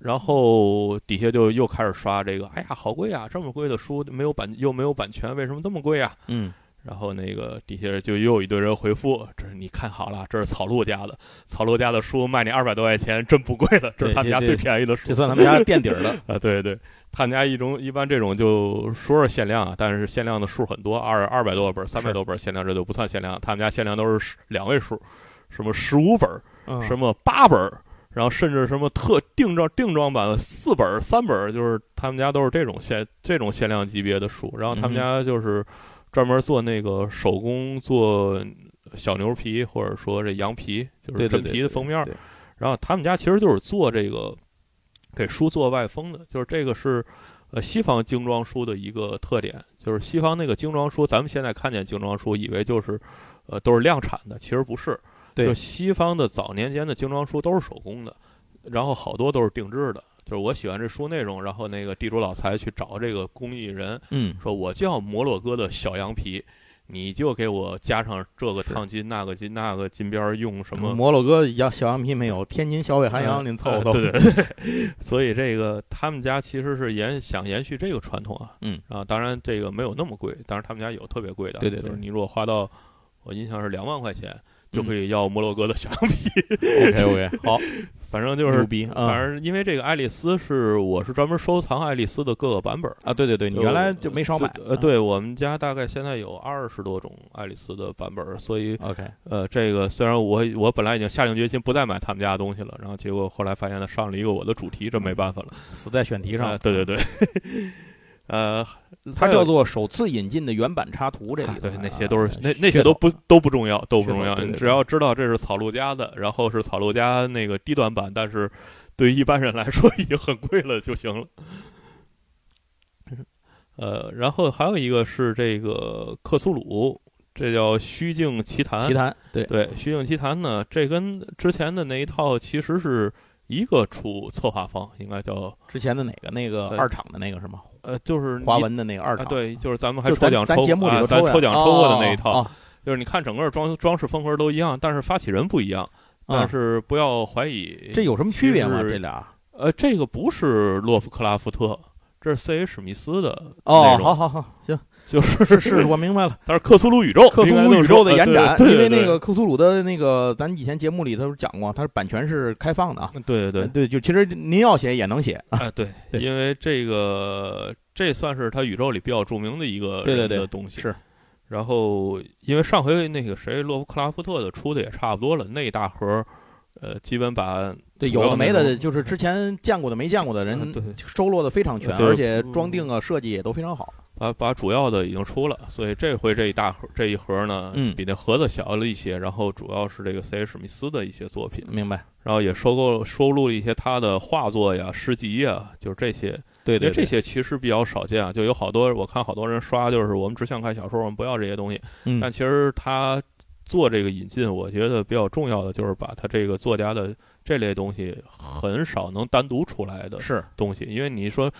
然后底下就又开始刷这个，哎呀，好贵啊！这么贵的书没有版又没有版权，为什么这么贵啊？嗯，然后那个底下就又有一堆人回复：“这是你看好了，这是草鹿家的，草鹿家的书卖你二百多块钱，真不贵了，这是他们家对对最便宜的书。”这算他们家垫底 儿的。啊，对对，他们家一种一般这种就说是限量啊，但是限量的数很多，二二百多本、三百多本限量，这就不算限量。他们家限量都是十两位数，什么十五本儿，嗯什么八本儿，然后甚至什么特定装定装版四本儿、三本儿，就是他们家都是这种限这种限量级别的书。然后他们家就是专门做那个手工做小牛皮，或者说这羊皮，就对对是真对皮的封面儿。对然后他们家其实就是做这个给书做外封的，就是这个是呃西方精装书的一个特点，就是西方那个精装书，咱们现在看见精装书以为就是呃都是量产的，其实不是。对就西方的早年间的精装书都是手工的，然后好多都是定制的。就是我喜欢这书内容，然后那个地主老财去找这个工艺人，嗯，说我就要摩洛哥的小羊皮，你就给我加上这个烫金、那个金、那个金边儿，用什么嗯摩洛哥羊小羊皮没有，天津小北寒羊嗯您凑凑。对对对，所以这个他们家其实是延想延续这个传统啊，嗯啊，当然这个没有那么贵，当然他们家有特别贵的，对对对嗯就是你如果花到我印象是两万块钱。就可以要摩洛哥的小羊 皮， OK OK，好，反正就牛是，逼啊反正因为这个爱丽丝是，我是专门收藏爱丽丝的各个版本儿， 啊！对对对，你就原来就没少买。嗯呃，对我们家大概现在有二十多种爱丽丝的版本儿，所以啊，OK，呃，这个虽然我我本来已经下定决心不再买他们家的东西了，然后结果后来发现他上了一个我的主题，这没办法了。死在选题上呃了。对对 对，呃，它还有叫做首次引进的原版插图，这啊里对头那啊些都是那那噱些头啊都不都不重要，都不噱头重要。对对你对只要知道这是草鹿家的，然后是草鹿家那个低端版，但是对于一般人来说已经很贵了就行了。呃，然后还有一个是这个克苏鲁，这叫虚境奇谭。奇谈，啊对啊对《虚境奇谭》呢，这跟之前的那一套其实是一个出策划方，应该叫之前的哪个那个对二厂的那个是吗？呃，就是你华文的那个二啊，厂，对，就是咱们还就抽咱奖抽咱节目里啊头咱抽抽奖抽过的那一套，哦，哦就是你看整个装装饰风格都一样，但是发起人不一样，哦但是不要怀疑这有什么区别吗？其实这俩？呃，这个不是洛夫克拉夫特，这是 C.H. 史密斯的哦内，容好好好， 行，就是是是，我明白了。它是克苏鲁宇宙，克苏应该鲁这么宇宙说的呃延对展，对因为对那个克苏鲁的那个，咱以前节目里头讲过，它是版权是开放的啊。对对对呃，对，就其实您要写也能写， 啊，对，对因为这个这算是他宇宙里比较著名的一个对对人对的东西是。然后，因为上回那个谁洛夫克拉夫特的出的也差不多了，那一大盒儿，呃，基本把对，主要有的没内的，容就是之前见过的没见过的啊人对，收录的非常全，就是而且装订啊设计也都非常好。把把主要的已经出了，所以这回这一大盒这一盒呢，嗯比那盒子小了一些。然后主要是这个 C.H. 史密斯的一些作品，明白？然后也收购收录了一些他的画作呀、诗集呀，就是这些。对因对，为这些其实比较少见啊，就有好多我看好多人刷，就是我们只想看小说，我们不要这些东西。嗯但其实他做这个引进，我觉得比较重要的就是把他这个作家的这类东西很少能单独出来的是东西，因为你说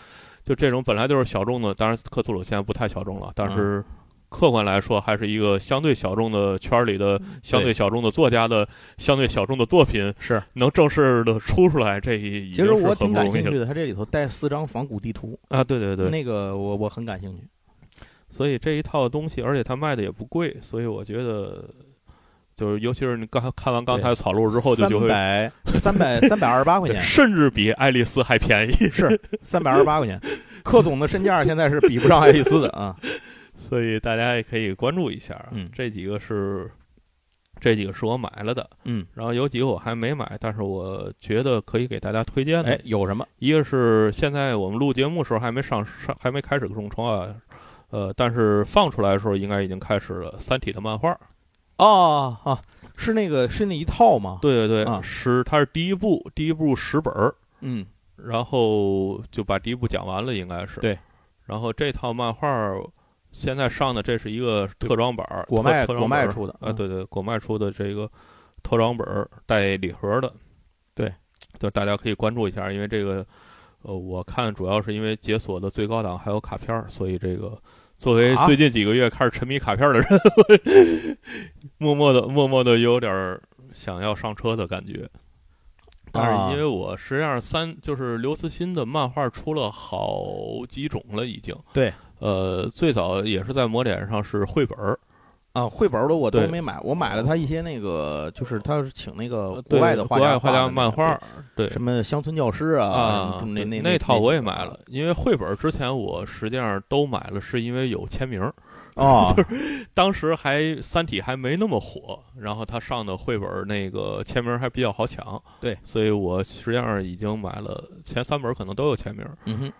就这种本来就是小众的，当然克苏鲁现在不太小众了，嗯但是客观来说还是一个相对小众的圈儿里的相对小众的作家的相对小众的作品是。能正式的出出来，这已其经实是我很挺不感容易兴趣了的，它这里头带四张仿古地图，啊！对对对，那个我我很感兴趣。所以这一套东西，而且它卖的也不贵，所以我觉得，就是尤其是你刚看完刚才草鹿之后，就就三会百三百三百二十八块钱，甚至比爱丽丝还便宜。是三百二十八 块钱。克总的身价现在是比不上爱丽丝的啊。所以大家也可以关注一下啊。嗯这几个是这几个是我买了的，嗯，然后有几个我还没买，但是我觉得可以给大家推荐的。哎，有什么？一个是现在我们录节目时候还没上上，还没开始众筹啊。呃，但是放出来的时候应该已经开始了，《三体》的漫画，哦啊，是那个是那一套吗？对对啊对，十、它是第一部，第一部十本儿，嗯，然后就把第一部讲完了，应该是对。然后这套漫画儿现在上的这是一个特装本儿，国卖特特国装本儿卖出的嗯啊，对对，国卖出的这个特装本儿带礼盒的，对，就大家可以关注一下，因为这个，呃，我看主要是因为解锁的最高档还有卡片儿，所以这个作为啊最近几个月开始沉迷卡片儿的人， 默默的默默的有点儿想要上车的感觉。但啊是因为我实际上三就是刘慈欣的漫画出了好几种了，已经对，呃，最早也是在魔点上是绘本儿，啊，绘本儿的我都对没买，我买了他一些那个，就是他是请那个呃呃国对外的画国外画画的那家个漫画，对对什么乡村教师啊，啊，什么对那那那套我也买了，因为绘本儿之前我实际上都买了，是因为有签名儿。 哦，当时还《三体》还没那么火，然后他上的绘本儿那个签名儿还比较好抢，对，所以我实际上已经买了前三本，可能都有签名儿。嗯哼，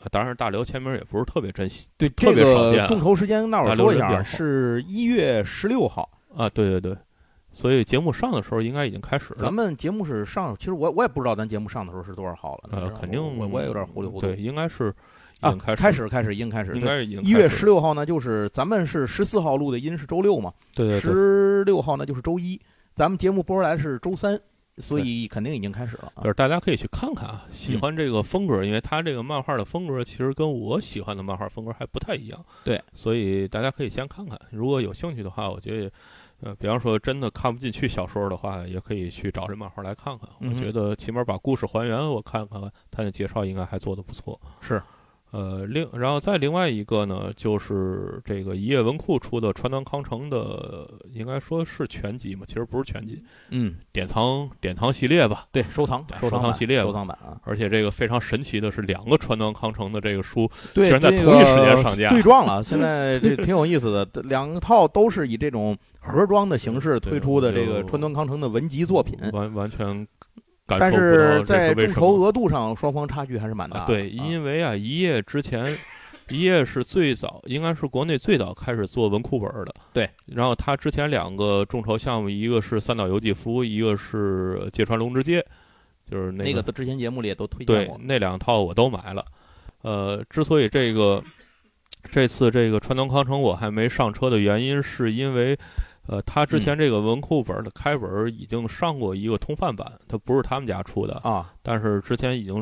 呃当然，大刘签名儿也不是特别珍惜对，特这别少见啊个众筹时间跟大伙儿说一大流量比较下，好是一月十六号。啊，对对对，所以节目上的时候应该已经开始了咱。们节目是上，其实我我也不知道咱节目上的时候是多少号了。你呃知道，吗肯定我我也有点糊里糊涂。对，应该是已啊经，开始，开，始开始，已经开始。应对，该已经一月开十始六号呢，就是咱们是十四号录的音是周六嘛，对对对。十六号呢就是周一，咱们节目播出来是周三，所以肯定已经开始了啊嗯就。是大家可以去看看啊，喜欢这个风格，因为他这个漫画的风格其实跟我喜欢的漫画风格还不太一样。对，所以大家可以先看看，如果有兴趣的话，我觉得也，呃，比方说真的看不进去小说的话，也可以去找这漫画来看看。嗯我哼觉得起码把故事还原，我看看他的介绍应该还做得不错。是，呃，另然后再另外一个呢，就是这个一页文库出的川端康成的，应该说是全集嘛，其实不是全集，嗯，典藏典藏系列吧。对，收藏对收收藏版系列吧收藏版啊，而且这个非常神奇的是，两个川端康成的这个书，对，居然在这同一个时间上架对撞了。现在这挺有意思的， 两套都是以这种盒装的形式推出的这个川端康成的文集作品，完完全感但受不到是这在个为众什筹么额度上，双方差距还是蛮大的啊，。对，啊因为啊，一夜之前，一夜是最早，应该是国内最早开始做文库本儿的。对，然后他之前两个众筹项目，一个是三岛由纪夫，一个是芥川龙之介，就是那那个之前节目里也都推荐对过，那两套我都买了。呃，之所以这个这次这个川端康成我还没上车的原因，是因为呃，他嗯之前这个文库本的开本已经上过一个通贩版，它不是他们家出的，啊，但是之前已经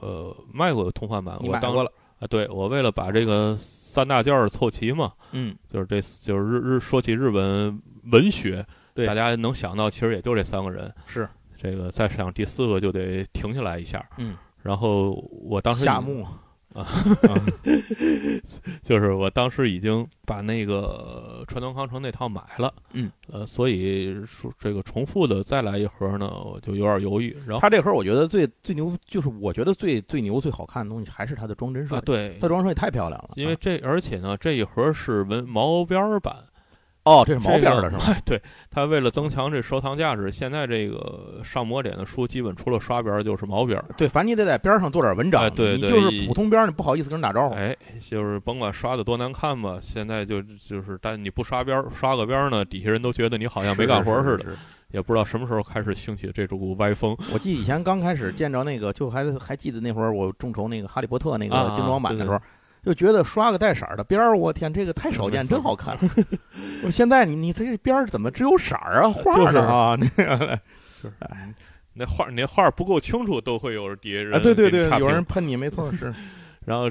呃卖过通贩版，你我买当过了，啊，对我为了把这个三大件儿凑齐嘛，嗯，就是这就是日日说起日本文学，对大家能想到其实也就这三个人，是这个再想第四个就得停下来一下，嗯。然后我当时已夏 目就是我当时已经把那个川端康成那套买了，嗯，呃，所以说这个重复的再来一盒呢，我就有点犹豫。然后他这盒我觉得最最牛，就是我觉得最最牛、最好看的东西还是它的装帧设啊，计，对它，装设计太漂亮了。因为啊这而且呢，这一盒是纹毛边儿版，哦，这是毛边儿的这是个吗？哎，对，他为了增强这收藏价值，现在这个上魔点的书基本除了刷边儿就是毛边儿。对，反正你得在边儿上做点文章，哎对你对就是普通边儿，你不好意思跟人打招呼。哎，就是甭管刷的多难看吧，现在就就是，但你不刷边儿，刷个边儿呢，底下人都觉得你好像没干活儿似的。的。也不知道什么时候开始兴起这股歪风。我记得以前刚开始见着那个，就还还记得那会儿我众筹那个《哈利波特》那啊个啊精装版的对时对候，就觉得刷个带色儿的边儿，我天，这个太少见，没错真好 看。我现在你你这边儿怎么只有色儿啊，画儿呢啊？那个那画儿你那画儿不够清楚，都会有底下人、啊，对对对， 有人人。喷你，没错，是然后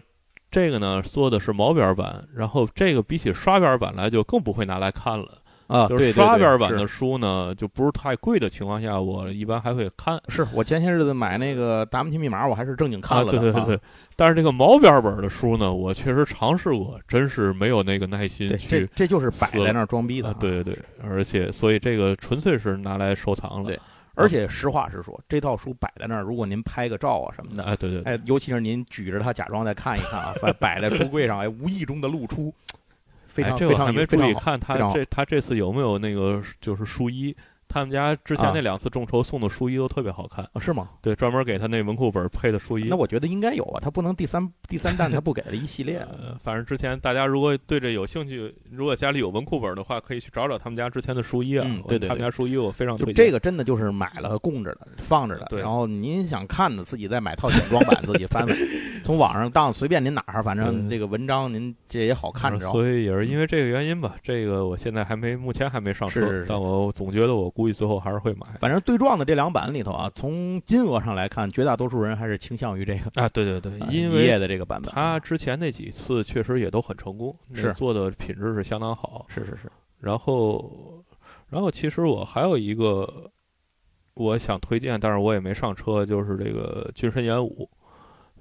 这个呢做的是毛边儿版，然后这个比起刷边儿版来就更不会拿来看了。啊就是刷边儿版的书呢，就不是太贵的情况下，我一般还会看。是我前些日子买那个《达芬奇密码》，我还是正经看了啊的。对对啊对对，但是这个毛边儿本的书呢，我确实尝试过，真是没有那个耐心对去这这就是摆死了在那儿装逼的、啊，对对对，而且所以这个纯粹是拿来收藏了。对而且实话实说，这套书摆在那儿，如果您拍个照啊什么的，哎，对对对，哎，尤其是您举着它假装再看一看啊，摆摆在书柜上，哎，无意中的露出，非常、哎、这非我常还没非注常意好。看非常他好这他这次有没有那个就是书衣。他们家之前啊那两次众筹送的书衣都特别好看，啊是吗？对，专门给他那文库本配的书衣那。我觉得应该有啊，他不能第三第三弹他不给了一系 列啊。呃，反正之前大家如果对这有兴趣，如果家里有文库本的话，可以去找找他们家之前的书衣啊。嗯我对对他们对家书衣我非常就推荐。这个真的就是买了供着的，放着的，啊对 然后您想看的自己再买套简装版自己翻翻，从网上当随便您哪儿，反正这个文章您这也好看着。啊所以也是因为这个原因吧，这个我现在还没，目前还没上车，是是是哎但我总觉得我估计最后还是会买。反正对撞的这两版里头啊，从金额上来看，绝大多数人还是倾向于这个啊，对对对，呃因一为页的这个版本。啊它之前那几次确实也都很成功，那是做的品质是相当好。是是是，然后，然后其实我还有一个我想推荐，但是我也没上车，就是这个《军神演武》。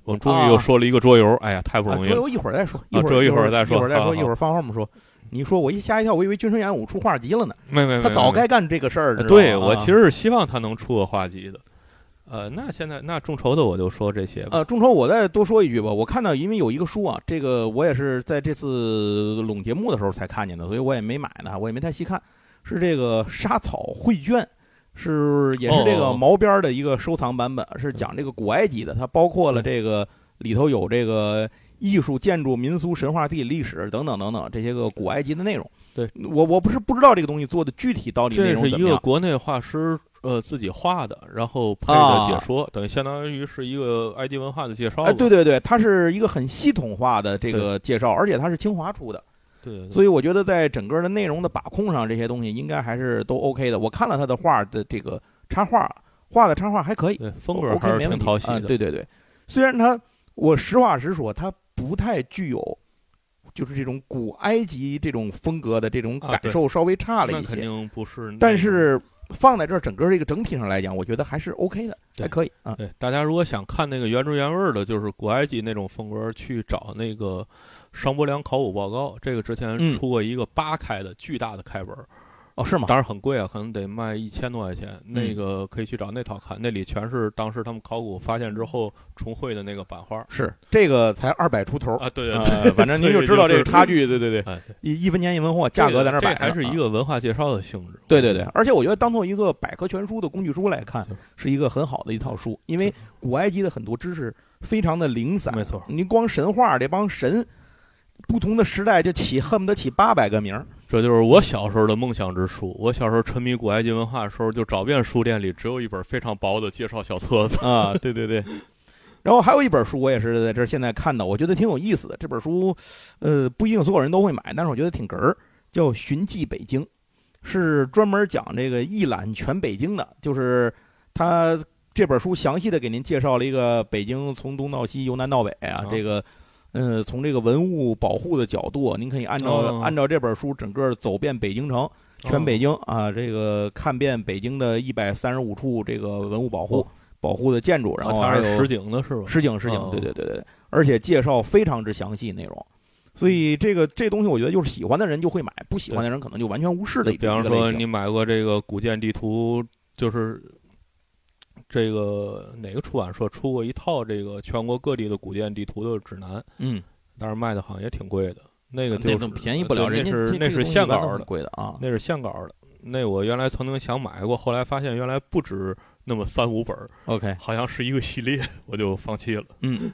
我们终于又啊说了一个桌游，哎呀，太不啊，容易桌了。游一会儿再说，会啊桌儿游一一会儿再说啊一会儿再好说，好一会儿放后面说。你说我一吓一跳，我以为《军神演武》出画集了呢，没没没，他早没该干这个事儿了。知道呃对吗我啊其实是希望他能出个话集的。呃，那现在那众筹的我就说这些吧。呃，众筹我再多说一句吧，我看到因为有一个书啊，这个我也是在这次拢节目的时候才看见的，所以我也没买呢，我也没太细看，是这个《莎草绘卷》。是，也是这哦个哦哦毛边儿的一个收藏版本，是讲这个古埃及的，它包括了这个里头有这个艺术、建筑、民俗、神话、地理、历史等等等等这些个古埃及的内容。嗯对我，我不是不知道这个东西做的具体到底内这容是怎一么个样。国内画师呃自己画的，然后配的解说，等于相当于是一个埃及文化的介绍吧。啊哎，对对对，它是一个很系统化的这个介绍，而且它是清华出的。对对对，所以我觉得在整个的内容的把控上，这些东西应该还是都 OK 的。我看了他的画的这个插画，画的插画还可以，对风格 OK，还是没挺问题讨喜啊的。对对对，虽然他，我实话实说，他不太具有。就是这种古埃及这种风格的这种啊感对受稍微差了那一肯些，定不是那种。但是放在这儿整个这个整体上来讲，我觉得还是 OK 的，对还可以啊。对大家如果想看那个原汁原味儿的，就是古埃及那种风格，去找那个商伯良考古报告，这个之前嗯出过一个八开的巨大的开本儿。哦，是吗？当然很贵啊，可能得卖一千多块钱。嗯那个可以去找那套看，那里全是当时他们考古发现之后重绘的那个版画是这个才二百出头儿，啊。对对对，呃，反正您就知道这个差距，对对对，哎一一分钱一分货，价格在那儿摆这着还是啊一个文化介绍的性质。对对对，而且我觉得当做一个百科全书的工具书来看是，是一个很好的一套书，因为古埃及的很多知识非常的零散，没错您光神话这帮神，不同的时代就起恨不得起八百个名儿，这就是我小时候的梦想之书。我小时候沉迷古埃及文化的时候，就找遍书店里只有一本非常薄的介绍小册子。啊，对对对。 然后还有一本书，我也是在这儿现在看到，我觉得挺有意思的。这本书，呃，不一定所有人都会买，但是我觉得挺哏儿，叫《寻迹北京》，是专门讲这个一览全北京的。就是他这本书详细的给您介绍了一个北京从东到西，由南到北啊啊，这个，呃，从这个文物保护的角度，您可以按照、哦按照这本书整个走遍北京城，全北京啊，这个看遍北京的一百三十五处这个文物保护、哦保护的建筑，然后啊还它有是实景的是吧？实景实景哦，对对对对对，而且介绍非常之详细内容。所以这个这东西，我觉得就是喜欢的人就会买，不喜欢的人可能就完全无视的一比个方一个说，类你型。买过这个古建地图，就是这个哪个出版社出过一套这个全国各地的古建地图的指南，嗯，但是卖的好像也挺贵的。那个那就是种便宜不了，对人家那这是那这个是东西现一般都稿很的，贵的啊。那是现稿的。那我原来曾经想买过，后来发现原来不止那么三五本儿， OK，好像是一个系列， 我就放弃了。嗯，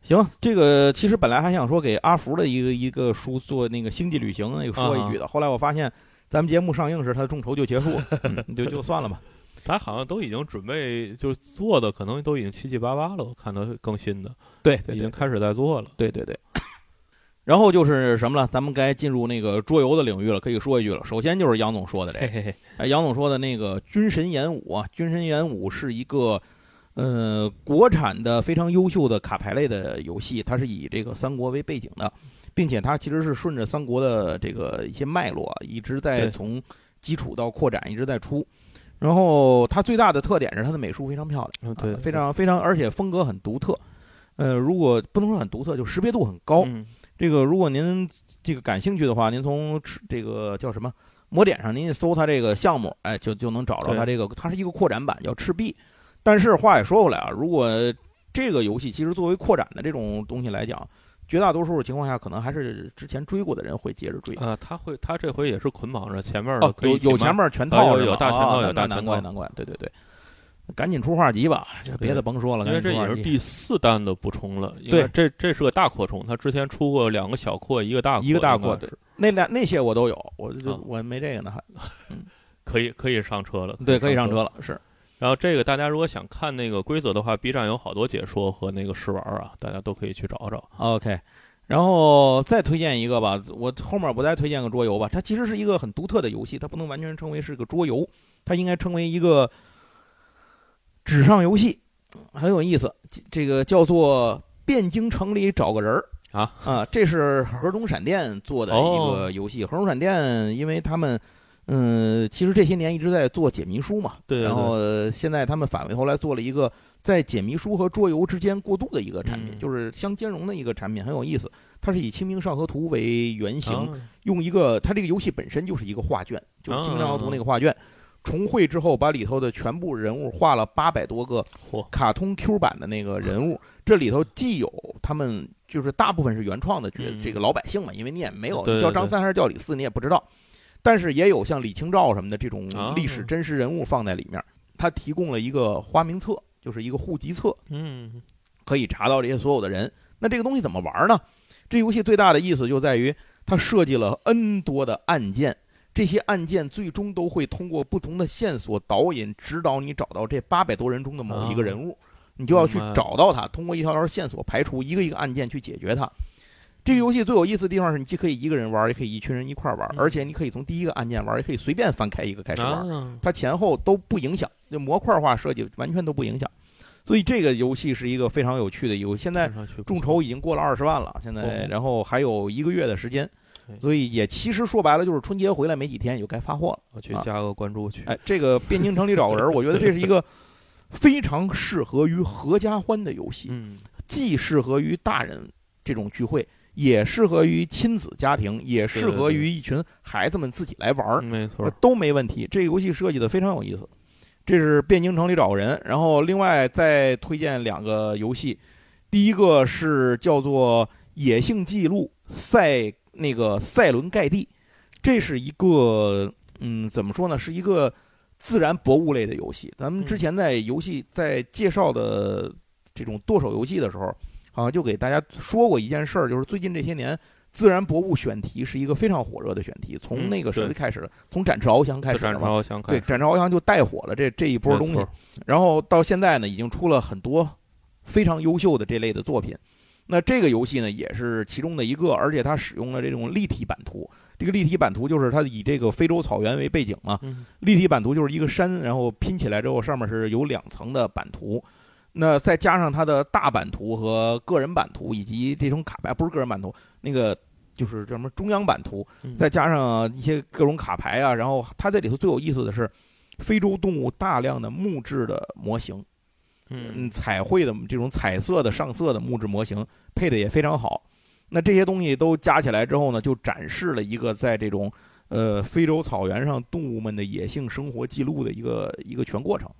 行，这个其实本来还想说给阿福的一个一个书做那个星际旅行那个说一句啊的，后来我发现咱们节目上映时他的众筹就结 束了，嗯就就算了吧。他好像都已经准备就做的，可能都已经七七八八了。我看他更新的对对对已经开始在做了。对对对。 然后就是什么了？咱们该进入那个桌游的领域了，可以说一句了。首先就是杨总说的这嘿个，嘿嘿，哎，杨总说的那个《军神演武》啊，《军神演武》是一个呃国产的非常优秀的卡牌类的游戏，它是以这个三国为背景的，并且它其实是顺着三国的这个一些脉络，一直在对从基础到扩展，一直在出。然后它最大的特点是它的美术非常漂亮。嗯啊对，非常非常，而且风格很独特。呃，如果不能说很独特，就识别度很高。嗯这个如果您这个感兴趣的话，您从吃这个叫什么魔点上，您一搜它这个项目，哎，就就能找着对它这个，它是一个扩展版，叫赤壁。但是话也说回来啊，如果这个游戏其实作为扩展的这种东西来讲，绝大多数情况下可能还是之前追过的人会接着追。啊，他会，他这回也是捆绑着前面的哦，可以有一起有卖前面全啊套有是吧有大全套啊有那大那全难怪套难怪，对对对，赶紧出画集吧，这别的对甭说了，因为赶这紧出也画集。是第四弹的补充了。应对该这这是个大扩充，他之前出过两个小扩，一个大扩，一个大扩扩，对，那俩那些我都有，我就啊我没这个呢，还可以可以上车了。对，可以上上车了，是。然后这个大家如果想看那个规则的话，B 站有好多解说和那个试玩啊，大家都可以去找找。 OK，然后再推荐一个吧，我后面我再推荐个桌游吧。它其实是一个很独特的游戏，它不能完全称为是个桌游，它应该称为一个纸上游戏，很有意思。这这个叫做《汴京城里找个人儿》啊啊，哦这是河中闪电做的一个游戏。河中闪电，因为他们。嗯，其实这些年一直在做解谜书嘛，对对对然后、呃现在他们返回头来做了一个在解谜书和桌游之间过渡的一个产品，嗯就是相兼容的一个产品，很有意思。它是以《清明上河图》为原型，行，用一个它这个游戏本身就是一个画卷，就是《清明上河图啊》那个画卷，重绘之后把里头的全部人物画了八百多个嚯卡通 Q 版的那个人 物，这里头既有他们就是大部分是原创的角，嗯这个老百姓嘛，因为你也没有对对叫张三还是叫李四，你也不知道，但是也有像李清照什么的这种啊历史真实人物放在里面，他提供了一个花名册，就是一个户籍册，嗯，可以查到这些所有的人。那这个东西怎么玩呢？这游戏最大的意思就在于它设计了 N 多的案件，这些案件最终都会通过不同的线索导引指导你找到这八百多人中的某一个人物，你就要去哦明白找到他，通过一条条线索排除一个一个案件去解决它。这个游戏最有意思的地方是你既可以一个人玩，也可以一群人一块儿玩，嗯而且你可以从第一个案件玩，也可以随便翻开一个开始玩。啊，它前后都不影响，就模块化设计完全都不影响。所以这个游戏是一个非常有趣的游戏。现在看上去不众错，筹已经过了二十万了，现在哦然后还有一个月的时间对，所以也其实说白了就是春节回来没几天也就该发货了。我去啊加个关注去。哎，这个汴京城里找个人，我觉得这是一个非常适合于合家欢的游戏，嗯，既适合于大人这种聚会。也适合于亲子家庭，也适合于一群孩子们自己来玩儿。嗯没错，呃都没问题。这个游戏设计的非常有意思。这是汴京城里找个人，然后另外再推荐两个游戏，第一个是叫做《野性记录》赛那个赛伦盖蒂，这是一个嗯怎么说呢，是一个自然博物类的游戏。咱们嗯之前在游戏在介绍的这种剁手游戏的时候，好像就给大家说过一件事儿，就是最近这些年自然博物选题是一个非常火热的选题，从嗯那个谁对开始的，从展翅翱翔开这始展的嘛。超想看对，，展翅翱翔就带火了这这一波没东西错。然后到现在呢，已经出了很多非常优秀的这类的作品。那这个游戏呢，也是其中的一个，而且它使用了这种立体版图。这个立体版图就是它以这个非洲草原为背景嘛，嗯，立体版图就是一个山，然后拼起来之后上面是有两层的版图，那再加上它的大版图和个人版图以及这种卡牌，不是个人版图，那个就是叫什么中央版图，嗯再加上一些各种卡牌啊，然后它这里头最有意思的是。非洲动物大量的木质的模型，嗯，嗯彩绘的这种彩色的上色的木质模型配的也非常好。那这些东西都加起来之后呢，就展示了一个在这种呃非洲草原上动物们的野性生活记录的一个一个全过程。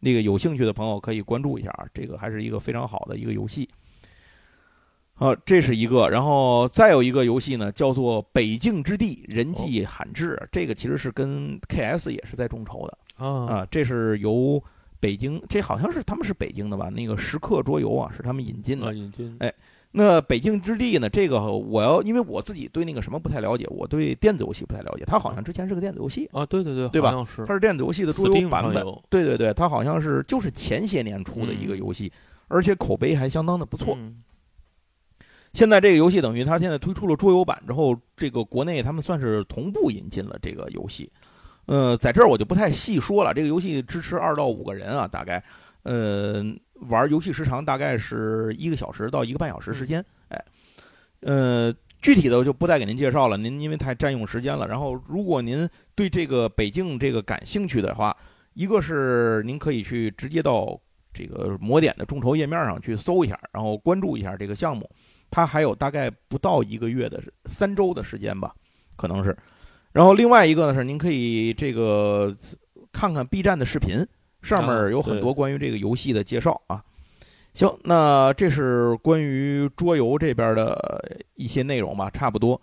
那个有兴趣的朋友可以关注一下啊，这个还是一个非常好的一个游戏。好，这是一个，然后再有一个游戏呢，叫做《北境之地人迹罕至》，这个其实是跟 KS 也是在众筹的。啊，啊，这是由北京，这好像是他们是北京的吧？那个时刻桌游啊，是他们引进的。啊引进哎那北京之地呢？这个我要因为我自己对那个什么不太了解，我对电子游戏不太了解。它好像之前是个电子游戏，啊，对对对，对吧好像是它是电子游戏的桌 Steam 游版上本。有对对对，它好像是就是前些年出的一个游戏，而且口碑还相当的不错。嗯现在这个游戏等于它现在推出了桌游版之后，这个国内他们算是同步引进了这个游戏。呃，在这儿我就不太细说了，这个游戏支持二到五个人啊，大概，呃，玩游戏时长大概是一个小时到一个半小时时间，哎，呃，具体的我就不再给您介绍了，您因为太占用时间了。然后，如果您对这个北京这个感兴趣的话，一个是您可以去直接到这个魔点的众筹页面上去搜一下，然后关注一下这个项目。它还有大概不到一个月的时三周的时间吧，可能是。然后另外一个呢是，您可以这个看看 B 站的视频，上面啊有很对多关于这个游戏的介绍啊。行，那这是关于桌游这边的一些内容吧，差不多。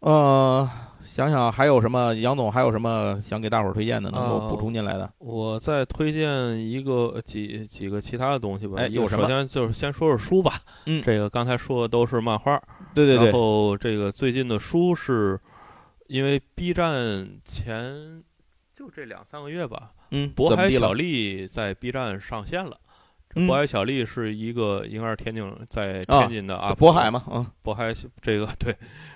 呃，想想还有什么，杨总还有什么想给大伙儿推荐的，能够呃补充进来的？我再推荐一个呃几几个其他的东西吧。哎有什么首先就是先说说书吧。嗯这个刚才说的都是漫画，对对然对，后这个最近的书是因为 B 站前就这两三个月吧。嗯，渤怎么海地小了？丽在 B 站上线了。这嗯渤海小丽是一个应该是天津在啊天津的啊，渤海嘛，嗯渤海这个对，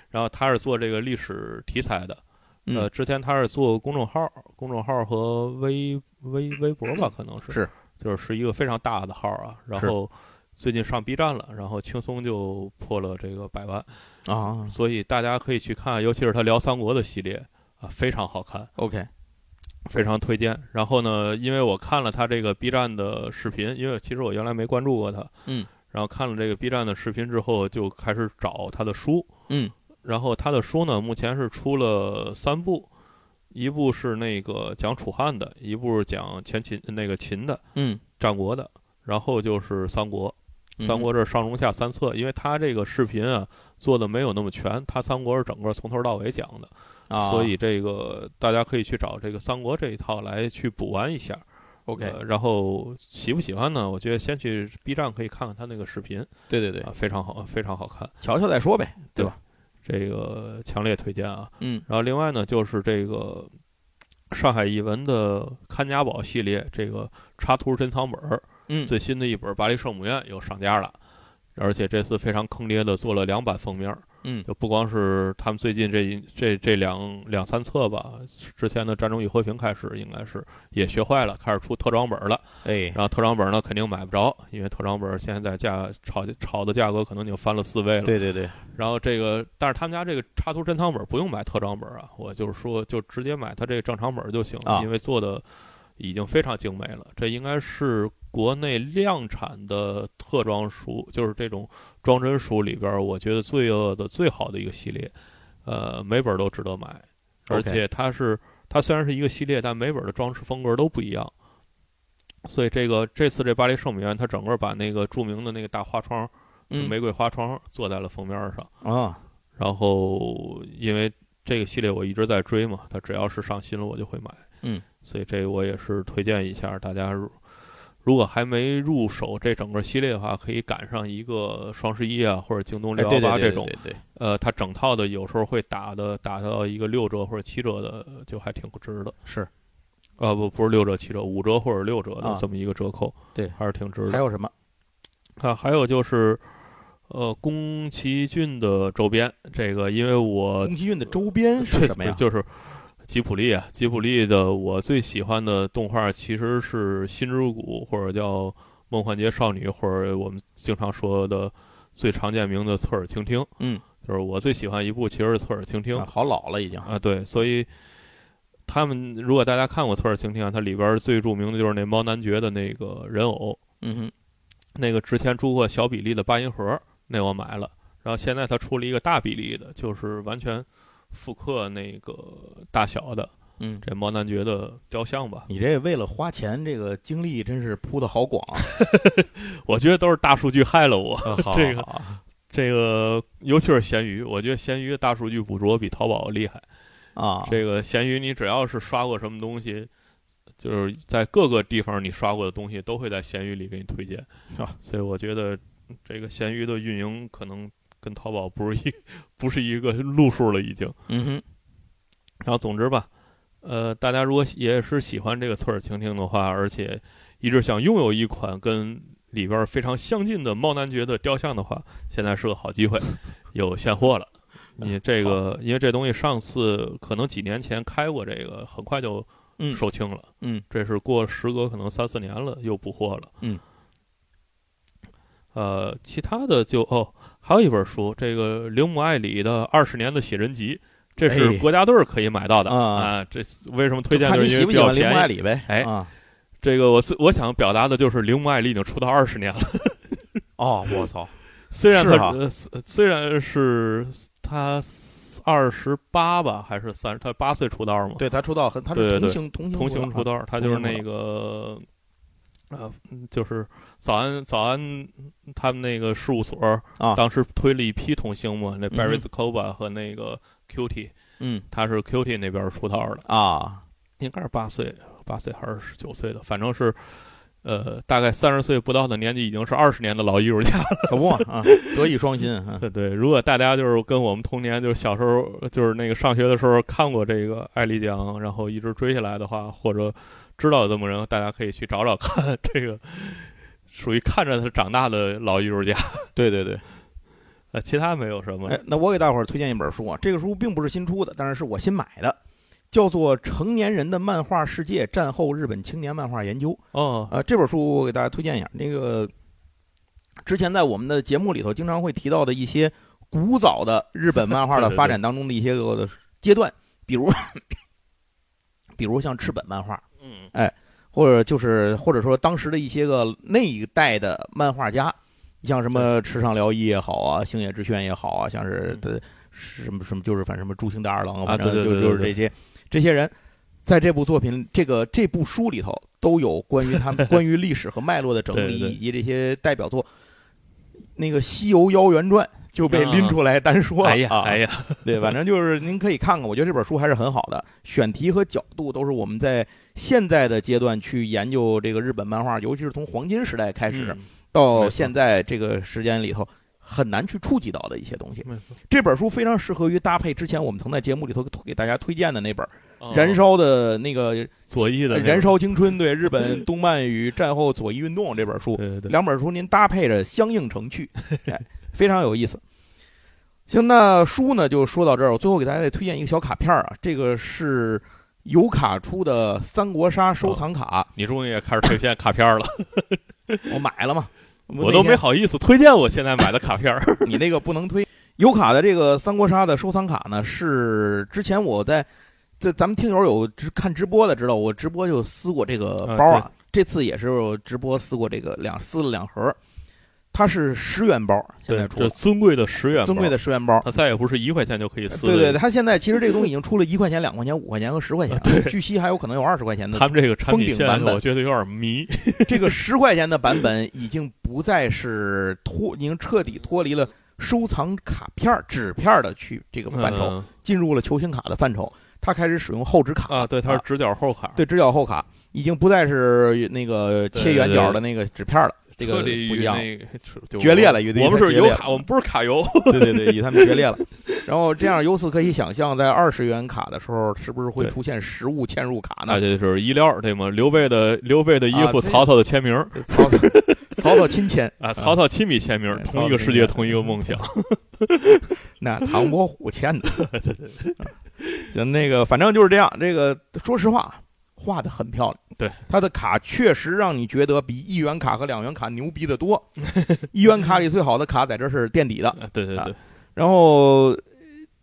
然后他是做这个历史题材的，嗯呃，之前他是做公众号，公众号和微微微博吧，可能是是就是是一个非常大的号啊，然后最近上 B 站了，然后轻松就破了这个百万，啊所以大家可以去看，尤其是他聊三国的系列啊，非常好看。 ，OK，非常推荐。然后呢，因为我看了他这个 B 站的视频，因为其实我原来没关注过他，嗯，然后看了这个 B 站的视频之后，就开始找他的书，嗯，然后他的书呢，目前是出了三部，一部是那个讲楚汉的，一部是讲前秦那个秦的嗯，战国的，然后就是三国。嗯三国这上中下三册，因为他这个视频啊做的没有那么全，他三国是整个从头到尾讲的，啊，所以这个大家可以去找这个三国这一套来去补完一下。 OK，呃然后喜不喜欢呢？我觉得先去 B 站可以看看他那个视频对对对啊，，非常好，非常好看，瞧瞧再说呗，对吧？这个强烈推荐啊。嗯然后另外呢，就是这个上海译文的看家宝系列这个插图珍藏本儿，嗯，最新的一本《巴黎圣母院》又上架了。而且这次非常坑爹的做了两版封面，嗯就不光是他们最近这一这这两两三册吧，之前的《战争与和平》开始应该是也学坏了，开始出特装本了。哎然，后特装本呢肯定买不着，因为特装本现在价炒炒的价格可能已经翻了四倍了。对对对，然后这个，但是他们家这个插图珍藏本不用买特装本啊，我就是说就直接买它这个正常本就行了，啊因为做的已经非常精美了。这应该是国内量产的特装书，就是这种装帧书里边儿，我觉得最恶的最好的一个系列，呃，每本都值得买，而 OK 且它是它虽然是一个系列，但每本的装饰风格都不一样。所以这个这次这巴黎圣母院，它整个把那个著名的那个大花窗，就嗯玫瑰花窗做在了封面上。啊，然后因为这个系列我一直在追嘛，它只要是上新了我就会买，嗯，所以这我也是推荐一下大家如。如果还没入手这整个系列的话，可以赶上一个双十一啊，或者京东哎六对幺对八对这对种，对对，呃，它整套的有时候会打的打到一个六折或者七折的，就还挺值的。是，啊，不不是六折七折，五折或者六折的啊这么一个折扣，对还是挺值的还。有什么？啊，还有就是，呃，宫崎骏的周边，这个因为我宫崎骏的周边 呃是什么呀？就是吉普力啊，吉普力的我最喜欢的动画其实是《新之谷》，或者叫《梦幻街少女》，或者我们经常说的最常见名的《侧耳倾听》。嗯，就是我最喜欢一部其实是《侧耳倾听啊》好老了已经，啊，对，所以。他们如果大家看过《侧耳倾听》啊，它里边最著名的就是那猫男爵的那个人偶，嗯哼，那个之前出过小比例的八音盒，那我买了。然后现在它出了一个大比例的，就是完全复刻那个大小的嗯。这毛男爵的雕像吧。你这为了花钱，这个精力真是铺的好广。我觉得都是大数据害了我。 好这个好好这个尤其是闲鱼，我觉得闲鱼的大数据捕捉比淘宝厉害。啊，这个闲鱼你只要是刷过什么东西，就是在各个地方你刷过的东西都会在闲鱼里给你推荐。啊所以我觉得这个闲鱼的运营可能跟淘宝不是一不是一个路数了已经。嗯哼，然后总之吧，呃，大家如果也是喜欢这个侧耳倾听的话，而且一直想拥有一款跟里边非常相近的猫男爵的雕像的话，现在是个好机会，有现货了。你这个，因为这东西上次可能几年前开过这个，很快就嗯，售罄了。嗯，这是过时隔可能三四年了，又补货了。嗯，呃，其他的就哦，还有一本书，这个铃木爱里的《二十年的写真集》，这哎是国家队儿可以买到的、啊啊。这为什么推就荐？看就你是因喜为不比喜较欢铃木爱便宜。里呗。哎啊，这个我最我想表达的就是铃木爱里已经出道二十 年了，哦，我操，虽然是啊他哈呃虽虽然是他二十八吧，还是三十，他八岁出道嘛。对他出道很，他对是对同对性同性同行出道道，他就是那个，呃，就是早安早安他们那个事务所啊当时推了一批童星嘛，那嗯哼 Barry s c o b a 和那个 Cutie，嗯他是 Cutie 那边出道的，啊，应该是八岁，八岁还是十九岁的，反正是呃，大概三十岁不到的年纪，已经是二十年的老艺术家了。可不嘛啊，德艺双馨啊， 对，如果大家就是跟我们童年，就是小时候，就是那个上学的时候看过这个艾丽奖，然后一直追下来的话，或者知道有这么人，大家可以去找找看。这个属于看着他长大的老艺术家， 对对对。呃，其他没有什么哎。，那我给大伙儿推荐一本书啊，这个书并不是新出的，但是是我新买的，叫做《成年人的漫画世界：战后日本青年漫画研究》。哦，呃，这本书我给大家推荐一下，那个之前在我们的节目里头经常会提到的一些古早的日本漫画的 对对对发展当中的一些个阶段，比如 比如像赤本漫画，嗯，或者就是或者说当时的一些个那一代的漫画家，像什么池上辽一也好啊，星野之炫也好啊，像是嗯的是什么什么就是反正什么朱星大二郎啊，啊反正对就对对就是这对些这些人，在这部作品这个这部书里头都有关于 他们关于历史和脉络的整理对对对以及这些代表作，那个《西游妖缘传》就被拎出来单说了哎呀，啊哎呀， 对，反正就是您可以看看，我觉得这本书还是很好的，选题和角度都是我们在现在的阶段去研究这个日本漫画，尤其是从黄金时代开始、嗯没到错现在这个时间里头，很难去触及到的一些东西。没错这本书非常适合于搭配之前我们曾在节目里头给大家推荐的那本哦《燃烧的那个左翼的那个燃，烧青春》，对日本动漫与战后左翼运动这本书。对 对对，两本书您搭配着相应成趣， 哎，非常有意思。行，那书呢就说到这儿，我最后给大家再推荐一个小卡片儿啊，这个是油卡出的《三国杀》收藏 卡，你终于也开始推荐卡片了，我买了嘛，我都那没天好意思推荐我现在买的卡片儿。 你那个不能推。油卡的这个三国杀的收藏卡呢，是之前我在在咱们听友有直看直播的知道，我直播就撕过这个包啊。这次也是我直播撕过这个两撕了两盒，它是十元包，现在 对，出这尊贵的十元，尊贵的，十元包。它再也不是一块钱就可以撕的。对对，它现在其实这个东西已经出了一块钱、两块钱、五块钱和十 块钱啊，据悉还有可能有二十块钱的他。们这个产品封顶版线，本我觉得有点迷。这个十块钱的版本已经不再是脱，已经彻底脱离了收藏卡片儿、纸片儿的去这个范畴，嗯进入了球星卡的范畴。它开始使用厚纸卡啊，对，它是直角后卡，对直角厚卡，已经不再是那个切圆角的那个纸片儿了，这个彻不底与一样。那个就就决裂了与那我们个是决裂油了卡，我们不是卡油。对对对，与他们决裂了。然后这样，由此可以想象，在二十元卡的时候，是不是会对啊出现实物嵌入 卡呢那？就是衣料，对吗？刘备的刘备的衣啊服，对曹操的签名 曹 操，曹操亲签啊，曹操亲笔签名对，同一个世界，同一个梦想。啊那唐伯虎签 的。嗯行，那个反正就是这样。这个说实话，画的很漂亮。对，他的卡确实让你觉得比一元卡和两元卡牛逼的多。一元卡里最好的卡在这儿是垫底的，啊对对对，然后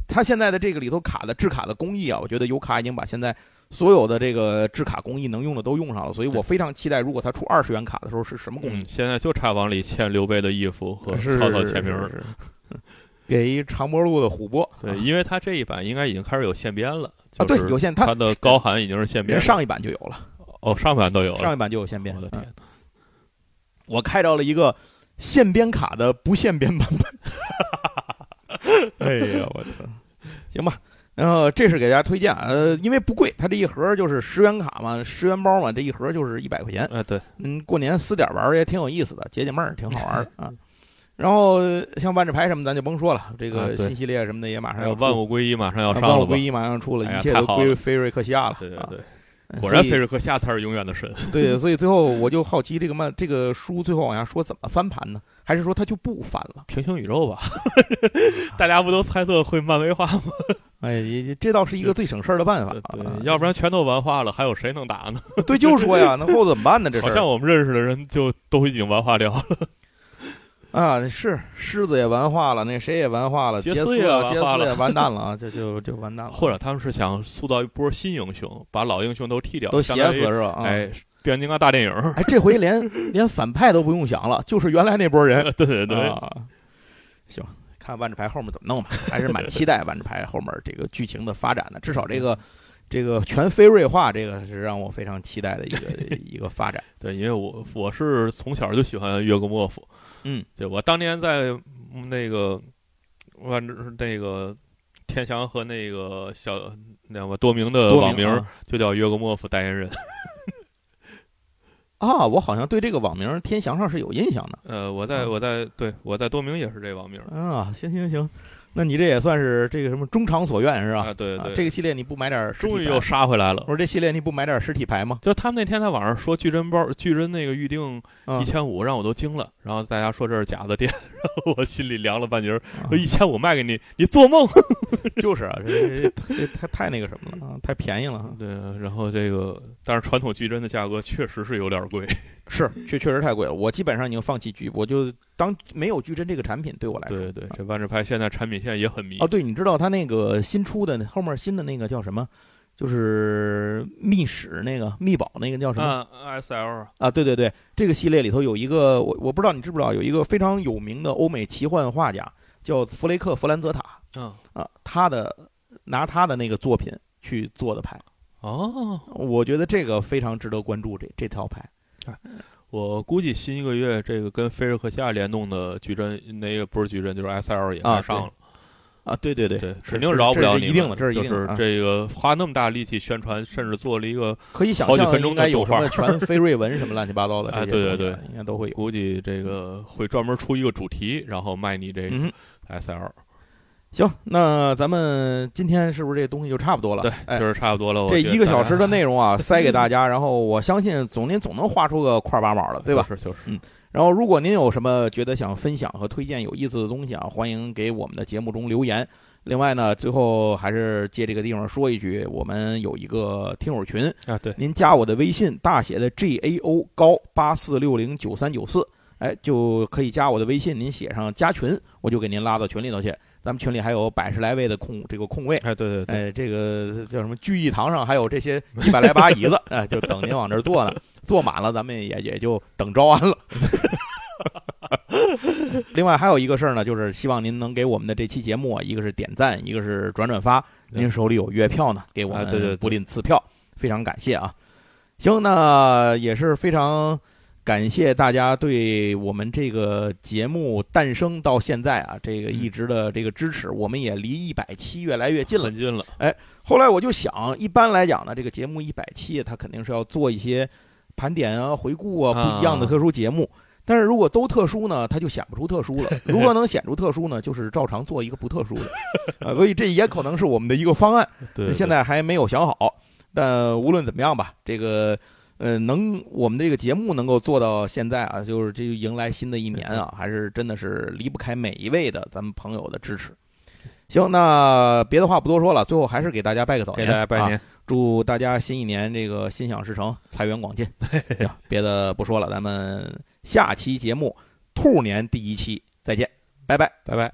他现在的这个里头卡的制卡的工艺啊，我觉得油卡已经把现在所有的这个制卡工艺能用的都用上了，所以我非常期待，如果他出二十元卡的时候是什么工艺嗯，。现在就差往里嵌刘备的衣服和是曹操签名。是是 是给一长脖鹿的虎脖对，因为它这一版应该已经开始有现编了啊，对，就是有线它它的高寒已经是现编人了上一版就有了，哦，上版都有上了。一版就有线编。我的嗯天，我开到了一个线编卡的不限编版本。 哎呀，我操！ 行吧，然后这是给大家推荐，呃，因为不贵，它这一盒就是十元卡嘛，十元包嘛，这一盒就是一百块钱。哎对，嗯，过年撕点玩儿也挺有意思的，解解闷儿，挺好玩儿 的啊。然后呃像万智牌什么，咱就甭说了，这啊个对新系列什么的也马上还要有出万物归一马上要啊哦上万了物吧归？一马上出了，哎呀一切都太好了归菲瑞克西亚了。对对啊对，嗯果然所以菲瑞克夏才是永远的神。对，所以最后我就好奇这个漫这个书最后往下说怎么翻盘呢？还是说它就不翻了？平行宇宙吧， 大家不都猜测会漫威化吗？哎，也也这倒是一个最省事儿的办法对，啊对，要不然全都玩化了，还有谁能打呢？对，就说 呀，那后头怎么办呢？这好事像儿我们认识的人就都已经玩化掉了。啊，是狮子也完化了，那谁也完化了，杰杰斯斯也啊完杰化斯了也完蛋了啊，就就就完 蛋了，或者他们是想塑造一波新英雄，把老英雄都剃掉，都写相当于死是吧？啊，哎，变形金刚大电影。 哎，这回连 连反派都不用想了，就是原来那波人。对对对，啊，行，看万智牌后面怎么弄吧，还是蛮期待万智牌后面这个剧情的发展的。至少这嗯个这个全非瑞化，这个是让我非常期待的一个 一个发展。对，因为我我是从小就喜欢约格莫夫，嗯，对我当年在嗯那个万智那个天翔和那个小那个多明的多呃网明名啊儿就叫约格莫夫代言人。啊，我好像对这个网名“天祥”上是有印象的呃，我在我在对我在多明也是这网名儿啊。行行行，那你这也算是这个什么终偿所愿是吧？啊，对啊对，这个系列你不买点儿实体终于牌又杀回来了我。说这系列你不买点儿实体牌吗？就他们那天在网上说巨真包巨真那个预定啊一千五，让我都惊了。然后大家说这是假的店， 然后我心里凉了半截儿啊。一千五卖给你，你做梦。就是啊，这这这太太那个什么了啊，太便宜了啊。对，然后这个，但是传统巨真的价格确实是有点贵。是，确确实太贵了。我基本上已经放弃巨，我就当没有巨真这个产品对我来说。对对，这万智牌现在产品线也很迷啊哦，。对，你知道他那个新出的后面新的那个叫什么？就是密室那个密宝那个叫什么啊啊，S L 对对对，这个系列里头有一个我我不知道你知不知道，有一个非常有名的欧美奇幻画家叫弗雷克·弗兰泽塔啊，啊，他的拿他的那个作品去做的牌，哦，我觉得这个非常值得关注这这套牌。我估计新一个月这个跟菲尔克夏联动的矩阵，那个不是矩阵就是 S L 也啊该上了，啊，对对对，对，是肯定饶不了这你是们。一定的，这是一就定的是啊。这个花那么大力气宣传，甚至做了一个，可以想好几象分钟应该的有动什么画全飞瑞文什么乱七八糟 的这啊些对东西，对对应该都会有。估计这个会专门出一个主题，然后卖你这嗯， S L。行，那咱们今天是不是这东西就差不多了？对，哎就是差不多了。我这觉得一个大小家时 的内容啊，塞给大家，然后我相信总您总能画出个块儿八毛的，对 吧？就是就是，然后，如果您有什么觉得想分享和推荐有意思的东西啊，欢迎给我们的节目中留言。另外呢，最后还是借这个地方说一句，我们有一个听友群，啊，对，您加我的微信，大写的 G A O 高八四六零九三九四，哎，就可以加我的微信，您写上加群，我就给您拉到群里头去。咱们群里还有百十来位的空这个空位，哎，对对对，哎，这个叫什么聚义堂上还有这些一百来把椅 子，哎，就等您往这儿坐呢，坐满了咱们也也就等招安了。 另外还有一个事儿呢，就是希望您能给我们的这期节目啊，一个是点赞，一个是转转发。对您手里有月票呢，给我啊对对们对柏林次票，非常感谢啊。行，那也是非常感谢大家对我们这个节目诞生到现在啊，这嗯个一直的这个支持，我们也离一百期越来越近了很。近了，后来我就想，一般来讲呢，这个节目一百期，它肯定是要做一些盘点啊、回顾啊啊不一样的特殊节目。但是如果都特殊呢，它就显不出特殊了；如果能显出特殊呢，就是照常做一个不特殊的。呃，所以这也可能是我们的一个方案，对，对现在还没有想好。但无论怎么样吧，这个呃，能我们这个节目能够做到现在啊，就是这就迎来新的一年啊，还是真的是离不开每一位的咱们朋友的支持。行，那别的话不多说了，最后还是给大家拜个早给年，大家拜啊年，祝大家新一年这个心想事成，财源广 进。行别的不说了，咱们下期节目兔年第一期再见，拜拜。拜拜。